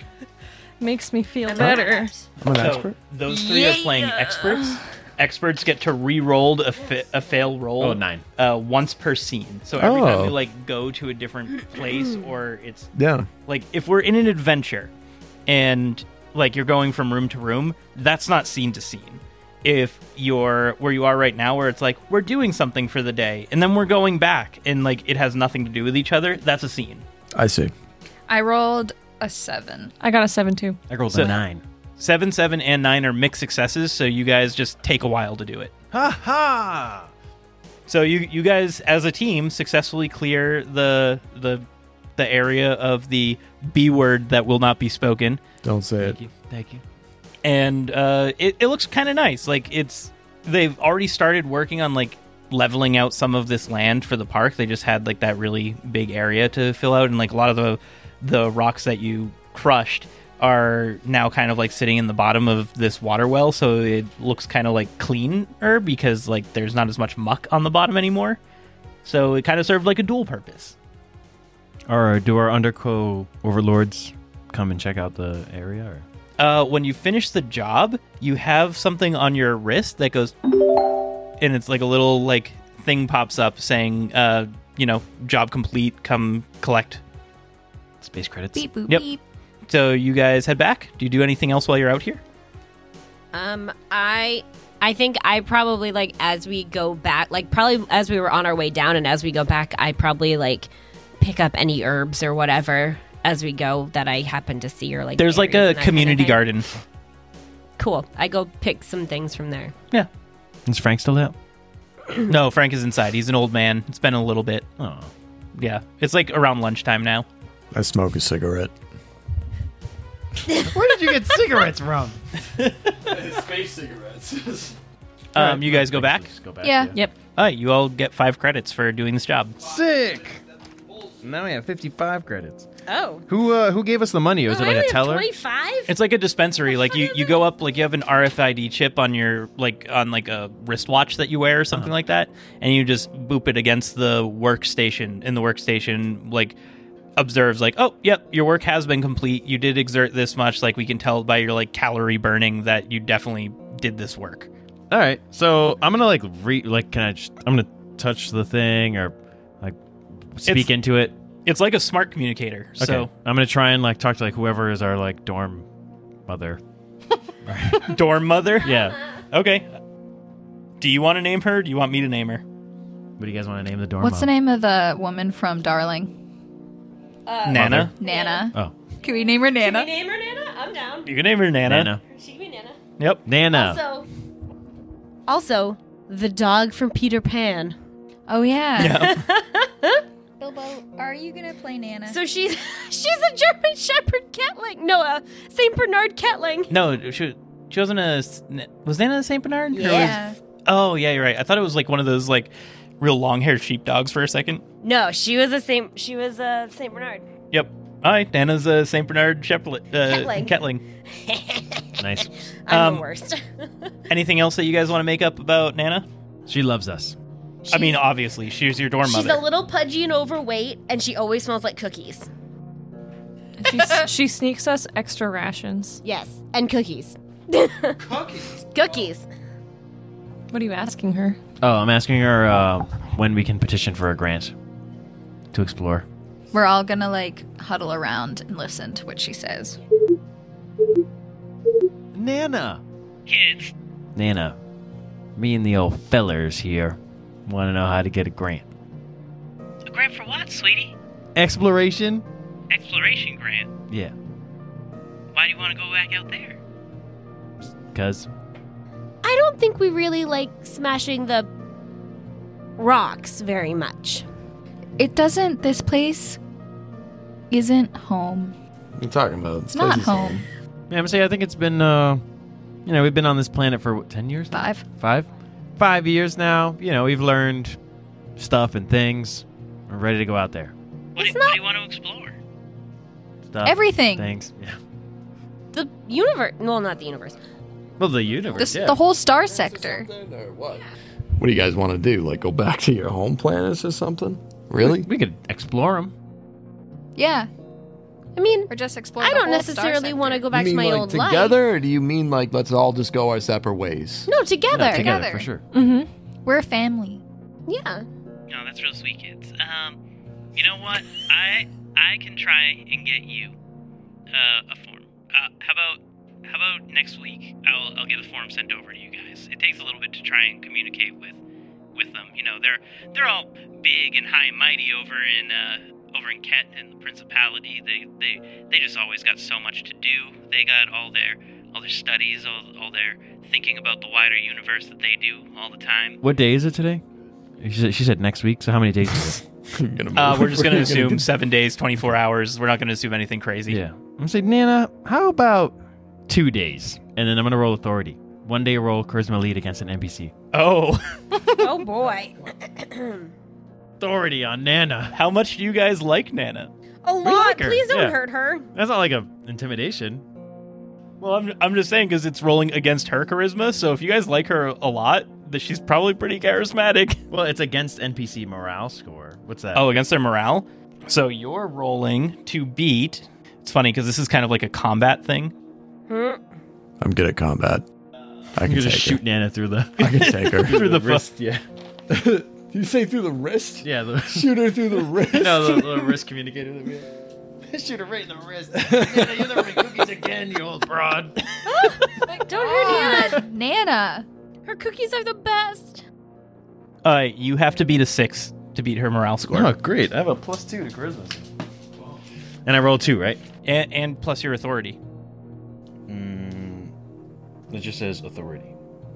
S5: makes me feel better.
S12: I'm an
S3: So,
S12: expert.
S3: Those three are playing
S5: Yeah.
S3: experts. Experts get to re-roll a, fa- a fail roll.
S11: Oh, nine.
S3: Uh, once per scene. So every time
S12: Oh.
S3: we like go to a different place or it's
S12: Yeah.
S3: like if we're in an adventure and like you're going from room to room, that's not scene to scene. If you're where you are right now, where it's like we're doing something for the day and then we're going back and like it has nothing to do with each other, that's a scene.
S12: I see.
S2: I rolled a seven.
S5: I got a seven too.
S11: I rolled
S3: So-
S11: a nine.
S3: Seven, seven, and nine are mixed successes, so you guys just take a while to do it.
S11: Ha ha!
S3: So you you guys as a team successfully clear the the the area of the B word that will not be spoken,
S12: Don't say it.
S11: Thank you. Thank you.
S3: and uh, it it looks kind of nice. Like it's they've already started working on like leveling out some of this land for the park. They just had like that really big area to fill out, and like a lot of the the rocks that you crushed are now kind of like sitting in the bottom of this water well, so it looks kind of like cleaner because like there's not as much muck on the bottom anymore. So it kind of served like a dual purpose.
S11: Or do our underco overlords come and check out the area? Or?
S3: uh, when you finish the job, you have something on your wrist that goes, and it's like a little like thing pops up saying, uh, you know, job complete. Come collect space credits.
S8: Beep, boop,
S3: yep.
S8: beep.
S3: So you guys head back. Do you do anything else while you're out here?
S8: Um, I I think I probably like as we go back, like probably as we were on our way down, and as we go back, I probably like pick up any herbs or whatever as we go that I happen to see or like.
S3: There's like
S8: berries
S3: a
S8: and that
S3: community
S8: kind
S3: garden.
S8: of thing. Cool. I go pick some things from there.
S3: Yeah.
S11: Is Frank still out?
S3: no, Frank is inside. He's an old man. It's been a little bit.
S11: Oh.
S3: Yeah. It's like around lunchtime now.
S12: I smoke a cigarette.
S13: Where did you get cigarettes from?
S10: Space cigarettes.
S3: Um, you guys go back?
S11: go
S10: back, Yeah. yeah.
S8: Yep.
S3: All right, you all get five credits for doing this job.
S11: Sick. Now we have 55 credits.
S8: Oh.
S11: Who uh, who gave us the money? Was it like a teller?
S8: Twenty-five.
S3: It's like a dispensary. Like you, you go up, like you have an RFID chip on your like on like a wristwatch that you wear or
S11: Uh-huh.
S3: something like that, and you just boop it against the workstation. And the workstation like observes like, oh, yep, your work has been complete. You did exert this much. Like we can tell by your like calorie burning that you definitely did this work.
S11: All right. So I'm gonna like re like can I just I'm gonna touch the thing or like speak
S3: It's-
S11: into it.
S3: It's like a smart communicator.
S11: Okay.
S3: So
S11: I'm gonna try and like talk to like whoever is our like dorm mother.
S3: dorm mother.
S11: Yeah.
S3: Okay. Do you want to name her? Or do you want me to name her?
S11: What do you guys want to name the dorm?
S2: What's the
S11: mom?
S2: name of the woman from Darling?
S3: Nana.
S2: Nana.
S11: Oh.
S2: Can we name her Nana?
S8: name her Nana? I'm down.
S3: You can name her Nana.
S11: Nana.
S8: She can be Nana.
S3: Yep.
S11: Nana.
S8: Also, also the dog from Peter Pan.
S2: Oh yeah.
S8: Bilbo,
S2: are you gonna play Nana?
S8: So she's she's a German Shepherd Ketling. No, uh, Saint Bernard Ketling.
S3: No, she she wasn't a s- n- was Nana a Saint Bernard? Or was-
S8: Yeah.
S3: oh yeah, you're right. I thought it was like one of those like real long haired sheepdogs for a second.
S8: No, she was a Saint. She was a Saint Bernard.
S3: Yep. All right, Nana's a Saint Bernard Sheplet, uh,
S8: Ketling.
S3: Ketling. Nice.
S8: I'm
S3: Um,
S8: the worst.
S3: Anything else that you guys want to make up about Nana?
S11: She loves us.
S3: I mean, obviously, she's your dorm
S8: She's
S3: mother.
S8: a little pudgy and overweight, and she always smells like cookies.
S5: And She, s- she sneaks us extra rations.
S8: Yes, and cookies. cookies. Cookies.
S5: What are you asking her?
S11: Oh, I'm asking her uh, when we can petition for a grant to explore.
S2: We're all gonna like huddle around and listen to what she says.
S11: Nana. Nana, me and the old fellers here want to know how to get a grant.
S6: A grant for what, sweetie?
S11: Exploration?
S6: Exploration grant.
S11: Yeah,
S6: Why do you want to go back out there?
S11: because
S8: I don't think we really like smashing the rocks very much.
S2: It doesn't. This place isn't home.
S4: What are you talking about?
S2: It's not home.
S11: Yeah, I'm saying I think it's been, uh, you know, we've been on this planet for what, ten years, now?
S2: Five.
S11: five, five years now. You know, we've learned stuff and things. We're ready to go out there.
S6: What, do, what do you want to explore?
S11: Stuff,
S2: Everything.
S11: things. Yeah.
S8: The universe. Well, not the universe.
S11: Well, the universe.
S2: This,
S11: yeah.
S2: The whole star sector.
S12: What do you guys want to do? Like go back to your home planets or something? Really?
S11: We, could explore them.
S2: Yeah.
S8: I mean,
S2: or just explore.
S8: I
S2: the
S8: don't
S2: whole star
S8: necessarily
S2: sector.
S8: want to go back
S12: you
S8: to my
S12: mean like
S8: old life.
S12: together, or do you mean like let's all just go our separate ways?
S8: No, together.
S12: for sure.
S2: Mm-hmm. We're a family.
S8: Yeah.
S6: No, Oh, that's real sweet, kids. Um, you know what? I I can try and get you uh, a form. Uh, how about how about next week? I'll I'll get a form sent over to you guys. It takes a little bit to try and communicate with with them. You know, they're they're all big and high and mighty over in uh, over in Ket and the Principality. They they they just always got so much to do. They got all their all their studies, all all their thinking about the wider universe that they do all the time.
S11: What day is it today? She said, she said next week. So how many days? Is it?
S3: Uh, we're just going to assume
S11: seven.
S3: seven days, 24 hours. We're not going to assume anything crazy.
S11: Yeah. I'm gonna say, Nana, how about two days? And then I'm gonna roll authority. One day roll charisma lead against an NPC.
S3: Oh.
S8: oh boy.
S11: Authority on Nana.
S3: How much do you guys like Nana?
S8: A
S11: We
S8: lot.
S11: like her,
S8: Please don't
S11: yeah.
S8: hurt her.
S11: That's not like a intimidation.
S3: Well, I'm, I'm just saying because it's rolling against her charisma. So if you guys like her a lot, that she's probably pretty charismatic.
S11: Well, it's against NPC morale score. What's that?
S3: Oh, against their morale. So you're rolling to beat. It's funny because this is kind of like a combat thing.
S12: I'm good at combat. I can
S9: You're
S12: take
S9: just shoot
S12: her.
S9: Nana through the.
S12: I can take her
S9: through the, wrist. Yeah.
S12: you say through the wrist?
S9: Yeah, the
S12: shoot her through the wrist.
S9: No, the, the wrist communicator. That we had.
S11: Shoot her right in the wrist. Nana, you're never making cookies again, you old broad.
S8: Don't hurt Nana.
S2: Nana.
S8: Her cookies are the best.
S3: Uh, you have to beat a six to beat her morale score.
S9: Oh, great! I have a plus two to charisma, and I roll two, right?
S3: and, and plus your authority.
S9: Mm, it just says authority.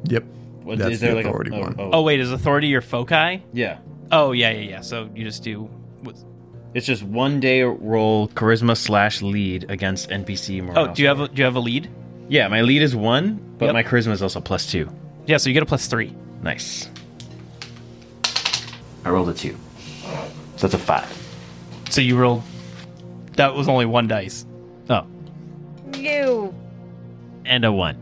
S12: Yep.
S9: What-
S12: That's
S9: is there
S12: the
S9: like a-
S12: authority
S9: oh,
S12: one.
S9: oh.
S3: Oh wait, is authority your foci?
S9: Yeah.
S3: Oh yeah, yeah, yeah. So you just do. With,
S9: It's just one day roll charisma slash lead against NPC morale.
S3: oh, do you have a, do you have a lead?
S9: Yeah, my lead is one, but
S3: Yep.
S9: my charisma is also plus two.
S3: Yeah, so you get a plus three.
S9: Nice. I rolled a two. So that's a five.
S3: So you rolled. That was only one dice.
S9: Oh,
S8: You.
S9: and a one.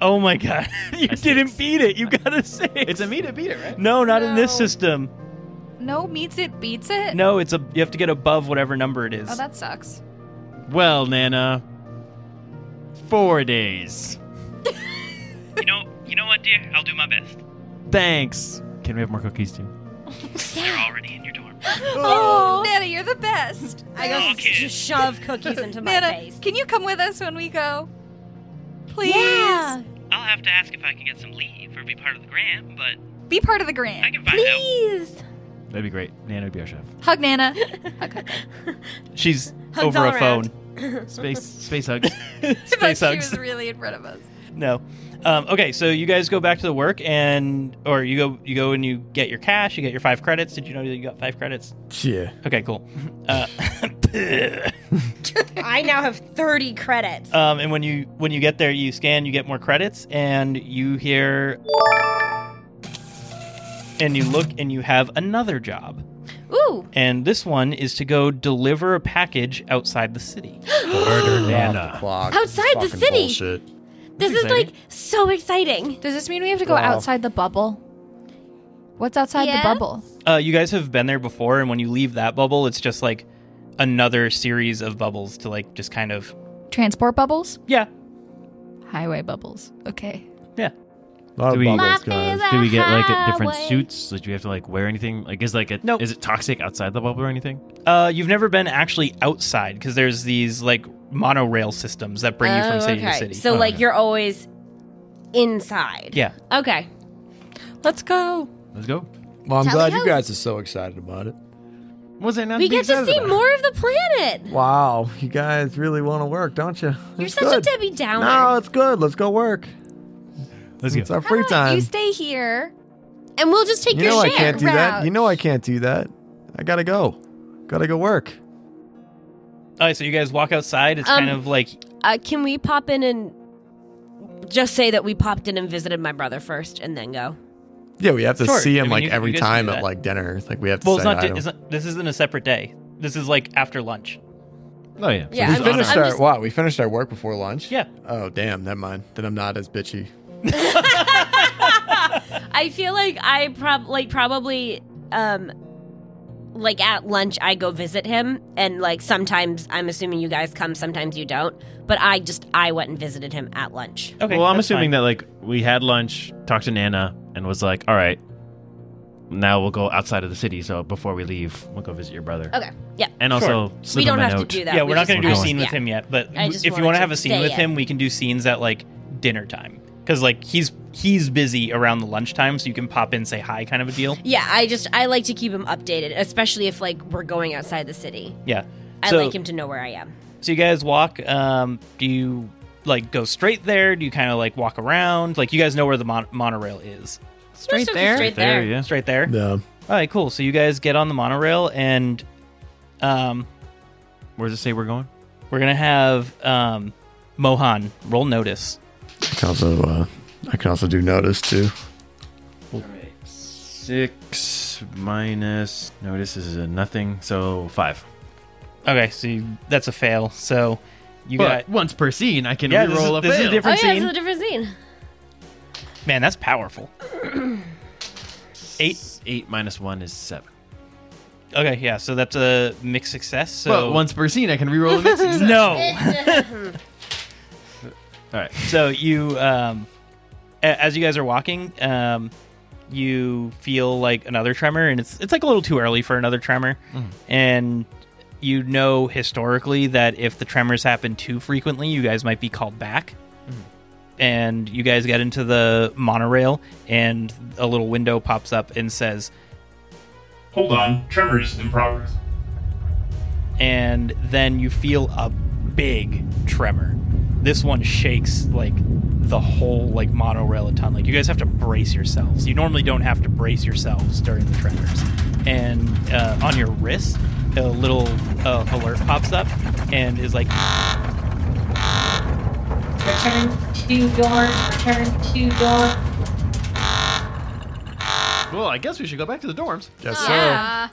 S3: Oh my god, you
S9: A
S3: didn't beat it. You got a six. It's
S9: a me to beat it, right?
S3: No, not in this
S2: No.
S3: system.
S2: No meets it beats it.
S3: No, it's a you have to get above whatever number it is.
S2: Oh, that sucks.
S11: Well, Nana. Four days.
S6: You know, you know what, dear? I'll do my best.
S11: Thanks. Can we have more cookies too?
S6: You're already in your dorm.
S2: Oh, Nana, you're the best.
S8: I got
S6: Okay.
S8: to shove cookies into my
S2: Nana,
S8: face.
S2: can you come with us when we go? Please.
S8: Yeah.
S6: I'll have to ask if I can get some leave or be part of the gram, but
S2: Be part of the grant.
S6: I can find out.
S8: Please.
S11: That'd be great. Nana would be our chef.
S2: Hug Nana. hug, hug.
S3: She's
S8: Hugs
S3: over
S8: all
S3: a phone.
S11: Space space hugs.
S2: Like
S3: Space
S2: she
S3: hugs.
S2: was really in front of us.
S3: No. Um, okay, so you guys go back to the work and or you go you go and you get your cash, you get your five credits. Did you know that you got five credits?
S12: Yeah.
S3: Okay, cool. Uh,
S8: I now have 30 credits.
S3: um, and when you when you get there, you scan, you get more credits, and you hear, and you look, and you have another job,
S2: Ooh.
S3: and this one is to go deliver a package outside the city.
S12: Murder
S11: Nana.
S12: Clock.
S8: Outside the
S12: Fucking
S8: city.
S12: Bullshit.
S8: This is like so exciting.
S2: Does this mean we have to go
S12: Wow.
S2: outside the bubble? What's outside
S8: Yeah.
S2: the bubble?
S3: Uh, you guys have been there before, and when you leave that bubble, it's just like another series of bubbles to like just kind of
S2: Transport bubbles?
S3: yeah
S2: Highway bubbles. Okay.
S3: yeah
S12: A lot
S11: Do
S12: of
S11: we-
S12: bubbles,
S8: Life
S12: guys.
S8: is a
S11: Do we get like a different
S8: highway.
S11: suits? Like, do we have to like wear anything? Like, is like a
S3: Nope.
S11: is it toxic outside the bubble or anything?
S3: Uh, you've never been actually outside because there's these like monorail systems that bring you from
S8: Oh,
S3: city
S8: okay.
S3: to city. Uh,
S8: So like you're always inside.
S3: yeah,
S8: Okay. Let's go.
S11: Let's go.
S12: Well, I'm
S8: Tally
S12: glad you
S8: ho.
S12: guys are so excited about it.
S11: Was it not?
S8: We get to see more of the planet.
S12: Wow, you guys really want to work, don't you?
S8: You're
S12: It's
S8: such
S12: good.
S8: a Debbie Downer.
S12: No, it's good. Let's go work.
S11: Let's
S12: It's
S11: go.
S12: our free time.
S2: You stay here.
S8: And we'll just take
S12: You
S8: your
S12: know I
S8: share.
S12: can't do that.
S2: route.
S12: You know I can't do that. I gotta go. Gotta go work.
S3: All right, so you guys walk outside. It's kind
S8: Um,
S3: of like
S8: Uh, can we pop in and just say that we popped in and visited my brother first and then go?
S12: Yeah, we have to
S3: Sure.
S12: see him
S3: I mean,
S12: like
S3: you-
S12: every
S3: you guys can
S12: time
S3: do
S12: at
S3: that.
S12: like dinner. It's like we have to
S3: well,
S12: say
S3: it's not,
S12: hi
S3: di-
S12: to him.
S3: it's not. This isn't a separate day. This is like after lunch.
S11: Oh yeah.
S8: Yeah,
S11: So
S8: I'm
S11: who's
S8: just-
S11: on
S12: finished
S11: our-
S8: I'm
S12: our
S8: just-
S12: wow, we finished our work before lunch.
S3: Yeah.
S12: Oh damn, never mind. Then I'm not as bitchy.
S8: I feel like I prob like probably um like at lunch I go visit him and like sometimes I'm assuming you guys come, sometimes you don't. But I just I went and visited him at lunch.
S3: Okay.
S11: well, I'm
S3: that's
S11: assuming
S3: fine.
S11: that like we had lunch, talked to Nana, and was like, "All right, now we'll go outside of the city. So before we leave, we'll go visit your brother."
S8: Okay. Yeah.
S11: And also, slip
S8: we don't
S11: him a
S8: have
S11: note.
S8: to do that.
S3: yeah, we're
S8: We
S3: not
S8: just
S3: going to do a
S8: wanted-
S3: scene with
S8: yeah.
S3: him yet. But
S8: I
S3: w-
S8: just
S3: if you
S8: wanted
S3: want to
S8: to
S3: have a scene
S8: say
S3: with
S8: it.
S3: him, we can do scenes at like dinner time because like he's he's busy around the lunchtime, so you can pop in, say hi, kind of a deal.
S8: Yeah, I just I like to keep him updated, especially if like we're going outside the city.
S3: Yeah.
S8: I
S3: So-
S8: like him to know where I am.
S3: So you guys walk. Um, do you like go straight there? Do you kind of like walk around? Like you guys know where the mon- monorail is.
S8: Straight there. Straight
S11: There,
S8: there.
S11: yeah.
S3: Straight there.
S12: Yeah.
S3: All right, cool. So you guys get on the monorail, and um,
S11: Where does it say we're going?
S3: we're gonna have um, Mohan roll notice.
S12: I can also uh, I can also do notice too.
S9: Six minus. No, this is a nothing. So five.
S3: Okay, so you, that's a fail. So you
S11: But
S3: got
S11: once per scene, I can
S3: yeah. This,
S11: re-roll
S3: is,
S11: a
S3: this is a
S11: fail.
S3: different
S8: oh yeah,
S3: scene.
S8: it's a different scene.
S3: Man, that's powerful. Eight.
S11: Eight minus one is seven.
S3: Okay, yeah. So that's a mixed success. So
S11: but once per scene, I can re-roll a mix.
S3: no. All right. So you, um, a- as you guys are walking, um, you feel like another tremor, and it's it's like a little too early for another tremor,
S11: Mhm.
S3: and you know historically that if the tremors happen too frequently, you guys might be called back. And you guys get into the monorail, and a little window pops up and says,
S7: Hold on, tremors in progress.
S3: and then you feel a big tremor. This one shakes like the whole like monorail a ton. Like you guys have to brace yourselves. You normally don't have to brace yourselves during the tremors. And uh, on your wrist, a little uh, alert pops up and is like,
S13: Return to door. Return to door.
S11: Well, I guess we should go back to the dorms.
S3: Yes, sir. Yeah.
S2: Ah.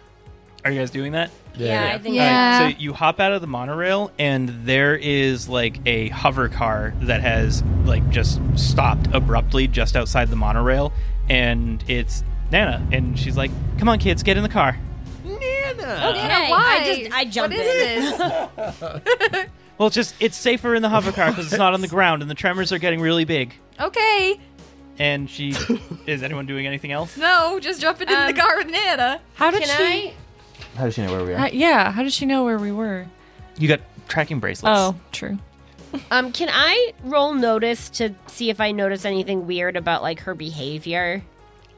S3: "Are you guys doing that?"
S11: Yeah, Yeah, yeah. I think
S3: Alright,
S11: so.
S3: so you hop out of the monorail, and there is like a hover car that has like just stopped abruptly just outside the monorail, and it's Nana, and she's like, "Come on, kids, get in the car."
S8: Nana. Okay.
S2: Nana,
S8: I
S2: why?
S8: just I
S2: What
S8: jumped
S2: is
S8: in.
S3: Well, it's just it's safer in the hover car because it's not on the ground, and the tremors are getting really big.
S2: Okay.
S3: And she, is anyone doing anything else?
S2: No, just jumping in the car with Nana.
S5: How did she?
S3: How does she know where we
S5: Uh, yeah. How did she know where we were?
S3: You got tracking bracelets.
S5: Oh, true.
S8: um, can I roll notice to see if I notice anything weird about like her behavior?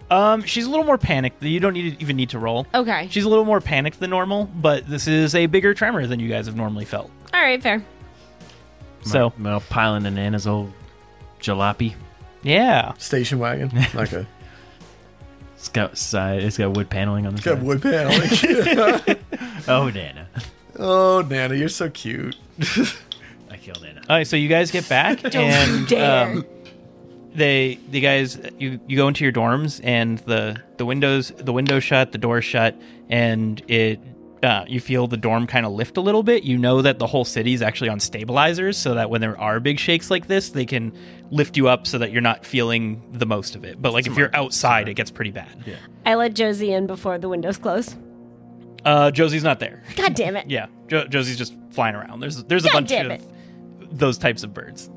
S3: Um, she's a little more panicked. You don't need even need to roll.
S8: Okay.
S3: She's a little more panicked than normal, but this is a bigger tremor than you guys have normally felt.
S8: All right, fair.
S3: So
S11: I'm out piling in Anna's old jalopy.
S3: Yeah.
S12: Station wagon. Okay.
S11: It's got side. It's got wood paneling on the
S12: Got
S11: side.
S12: wood paneling.
S11: oh, Nana.
S12: Oh, Nana, you're so cute.
S11: I killed Nana.
S3: All right, so you guys get back
S12: Don't
S3: and
S12: you dare.
S3: Um, they the guys you you go into your dorms and the the windows the window shut, the door shut and it uh, you feel the dorm kind of lift a little bit. You know that the whole city is actually on stabilizers so that when there are big shakes like this, they can lift you up so that you're not feeling the most of it. But like if you're outside, it gets pretty bad. Yeah.
S8: I let Josie in before the windows close.
S3: Uh, Josie's not there.
S8: God damn it.
S3: Yeah. Jo- Josie's just flying around. There's there's a
S8: God
S3: bunch
S8: damn
S3: of
S8: it.
S3: those types of birds.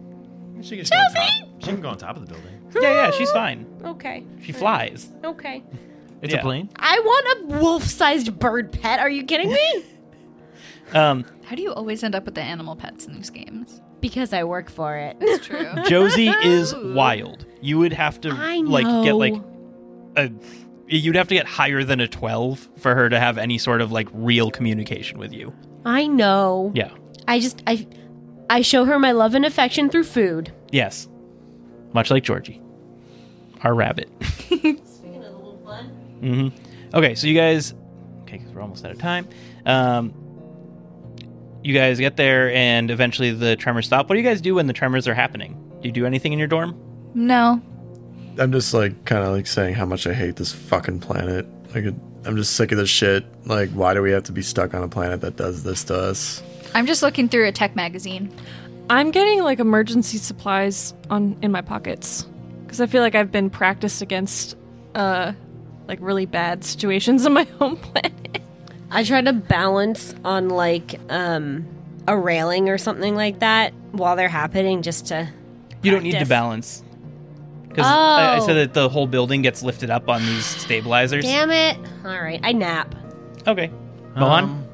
S11: She
S8: just go on top-
S11: She can go on top of the building.
S3: Yeah, yeah, she's fine.
S8: Okay.
S3: She flies.
S8: Okay.
S11: It's
S3: Yeah.
S11: a plane.
S8: I want a wolf-sized bird pet. Are you kidding me?
S3: Um,
S2: How do you always end up with the animal pets in these games?
S8: because I work for it.
S2: It's true.
S3: Josie is wild. You would have to
S8: I
S3: like get
S8: know.
S3: like a you'd have to get higher than a 12 for her to have any sort of like real communication with you.
S8: I know.
S3: Yeah.
S8: I just I I show her my love and affection through food.
S3: Yes. Much like Georgie. Our rabbit. hmm Okay, so you guys okay, cuz we're almost out of time. Um you guys get there and eventually the tremors stop. What do you guys do when the tremors are happening? Do you do anything in your dorm?
S2: No.
S12: I'm just like kind of like saying how much I hate this fucking planet. Like it- I'm just sick of this shit. Like why do we have to be stuck on a planet that does this to us?
S2: I'm just looking through a tech magazine.
S5: I'm getting like emergency supplies on in my pockets because I feel like I've been practiced against uh like really bad situations in my home planet.
S8: I try to balance on like um a railing or something like that while they're happening just to
S3: You don't need to
S8: Practice.
S3: balance. Because I, I
S8: Oh.
S3: said that the whole building gets lifted up on these stabilizers.
S8: Damn it. All right, I nap.
S3: Okay. Mohan?
S11: Um,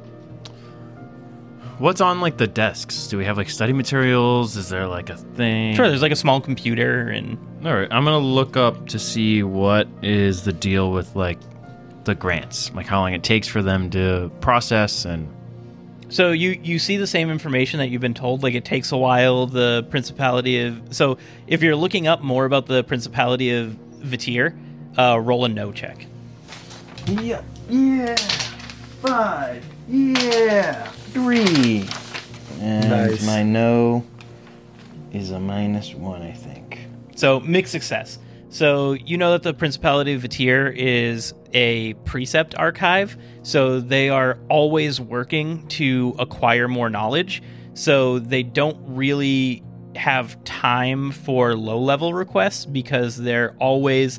S11: What's on like the desks? Do we have like study materials? Is there like a thing?
S3: Sure, there's like a small computer and.
S11: All right, I'm gonna look up to see what is the deal with like the grants, like how long it takes for them to process and.
S3: So you you see the same information that you've been told. Like it takes a while. The Principality of so if you're looking up more about the Principality of Vitir, uh, roll a no check.
S9: Yeah. Yeah. Five. Yeah. Three. And
S3: Nice.
S9: my no is a minus one, I think.
S3: So mixed success. So you know that the Principality of Vatir is a precept archive, so they are always working to acquire more knowledge. So they don't really have time for low level requests because they're always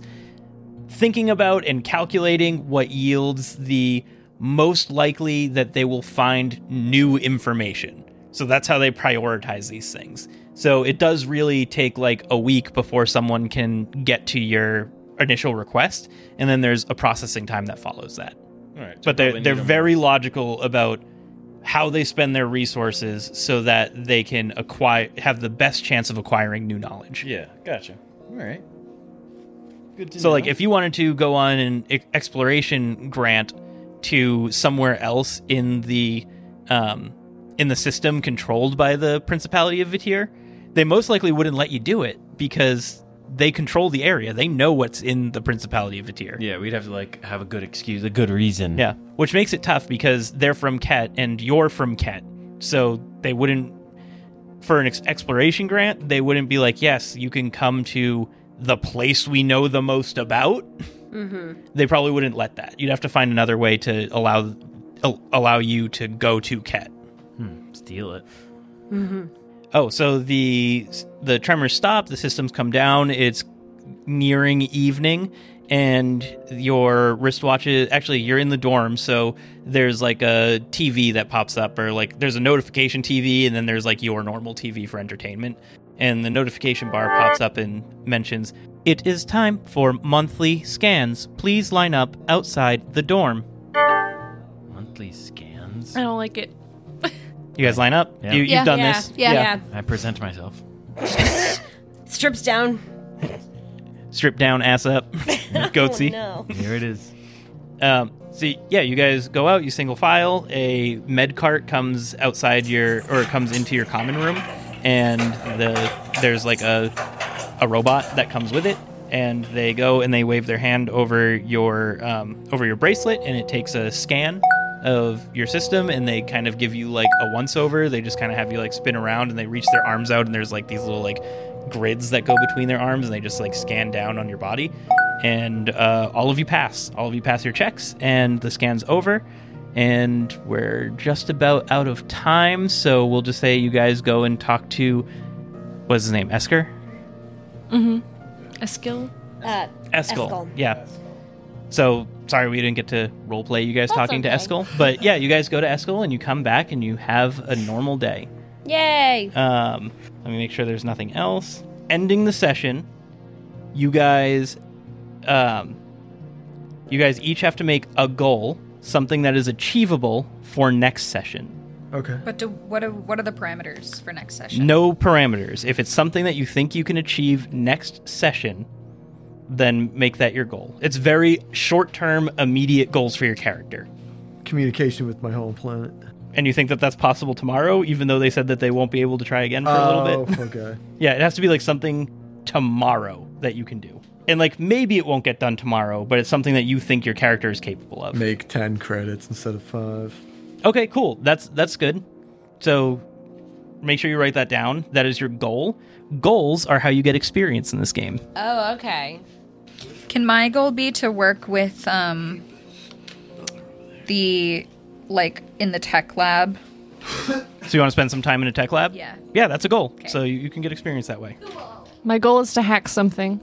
S3: thinking about and calculating what yields the most likely that they will find new information. So that's how they prioritize these things. So it does really take like a week before someone can get to your initial request, and then there's a processing time that follows that.
S1: All right, so
S3: but they're
S1: probably need
S3: they're
S1: a month.
S3: very logical about how they spend their resources so that they can acquire have the best chance of acquiring new knowledge.
S9: Yeah, gotcha. All right. Good to
S3: So,
S9: know.
S3: like, if you wanted to go on an e- exploration grant to somewhere else in the um, in the system controlled by the Principality of Vitir, they most likely wouldn't let you do it because they control the area. They know what's in the Principality of Vitir.
S11: Yeah, we'd have to like have a good excuse, a good reason.
S3: Yeah, which makes it tough because they're from Ket and you're from Ket, so they wouldn't for an ex- exploration grant. They wouldn't be like, "Yes, you can come to the place we know the most about."
S8: Mm-hmm.
S3: they probably wouldn't let that. You'd have to find another way to allow al- allow you to go to Ket.
S11: Steal it.
S8: Mm-hmm.
S3: Oh, so the the tremors stop, the systems come down. It's nearing evening, and your wristwatch is actually you're in the dorm, so there's like a TV that pops up, or like there's a notification TV, and then there's like your normal TV for entertainment. And the notification bar pops up and mentions it is time for monthly scans. Please line up outside the dorm.
S11: Monthly scans.
S5: I don't like it.
S3: You guys line up.
S11: Yeah.
S3: You, you've
S5: Yeah.
S3: done
S5: Yeah.
S3: this.
S5: Yeah. Yeah.
S11: I present myself.
S8: Strips down.
S3: Strip down, ass up, goatsy.
S8: Oh, no.
S11: Here it is.
S3: Um, so yeah, you guys go out, you single file. A med cart comes outside your or comes into your common room, and the there's like a a robot that comes with it, and they go and they wave their hand over your um, over your bracelet, and it takes a scan of your system, and they kind of give you like a once over. They just kind of have you like spin around, and they reach their arms out, and there's like these little like grids that go between their arms and they just like scan down on your body and uh, all of you pass all of you pass your checks and the scan's over and we're just about out of time so we'll just say you guys go and talk to what's his name esker
S5: Mm-hmm. A skill.
S8: Uh,
S3: eskel, yeah so sorry we didn't get to roleplay you guys
S8: That's
S3: talking
S8: okay.
S3: to eskel but yeah you guys go to eskel and you come back and you have a normal day
S8: Yay.
S3: Um, let me make sure there's nothing else. Ending the session, you guys, um, you guys each have to make a goal, something that is achievable for next session.
S12: Okay.
S2: But do, what are, what are the parameters for next session?
S3: No parameters. If it's something that you think you can achieve next session, then make that your goal. It's very short-term, immediate goals for your character.
S12: Communication with my home planet.
S3: And you think that that's possible tomorrow, even though they said that they won't be able to try again for a little bit.
S12: Oh, okay.
S3: Yeah, it has to be like something tomorrow that you can do. And like maybe it won't get done tomorrow, but it's something that you think your character is capable of.
S12: Make ten credits instead of five.
S3: Okay, cool. That's that's good. So make sure you write that down. That is your goal. Goals are how you get experience in this game.
S8: Oh, okay.
S2: Mm. Can my goal be to work with um the like in the tech lab?
S3: So you want to spend some time in a tech lab?
S2: Yeah.
S3: Yeah, that's a goal. So you, you can get experience that way.
S5: My goal is to hack something.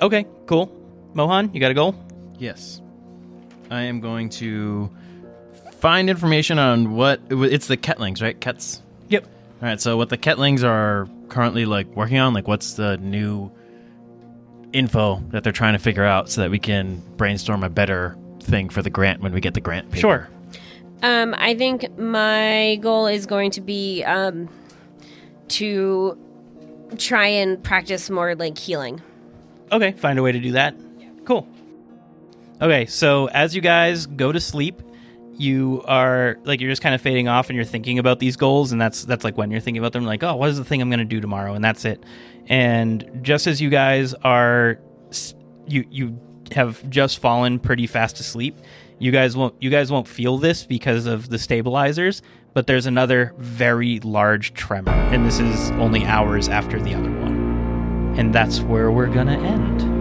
S3: Okay, cool. Mohan, you got a goal?
S11: Yes. I am going to find information on what it wa- it's the Ketlings, right? Kets.
S3: Yep.
S11: All right. So what the Ketlings are currently like working on, like what's the new info that they're trying to figure out, so that we can brainstorm a better thing for the grant when we get the grant. Paper.
S3: Sure.
S8: Um, I think my goal is going to be um, to try and practice more like healing.
S3: Okay, find a way to do that. Cool. Okay, so as you guys go to sleep, you are like you're just kind of fading off and you're thinking about these goals and that's that's like when you're thinking about them like, "Oh, what is the thing I'm going to do tomorrow?" and that's it. And just as you guys are s- you you have just fallen pretty fast asleep, you guys won't you guys won't feel this because of the stabilizers, but there's another very large tremor and this is only hours after the other one. And that's where we're going to end.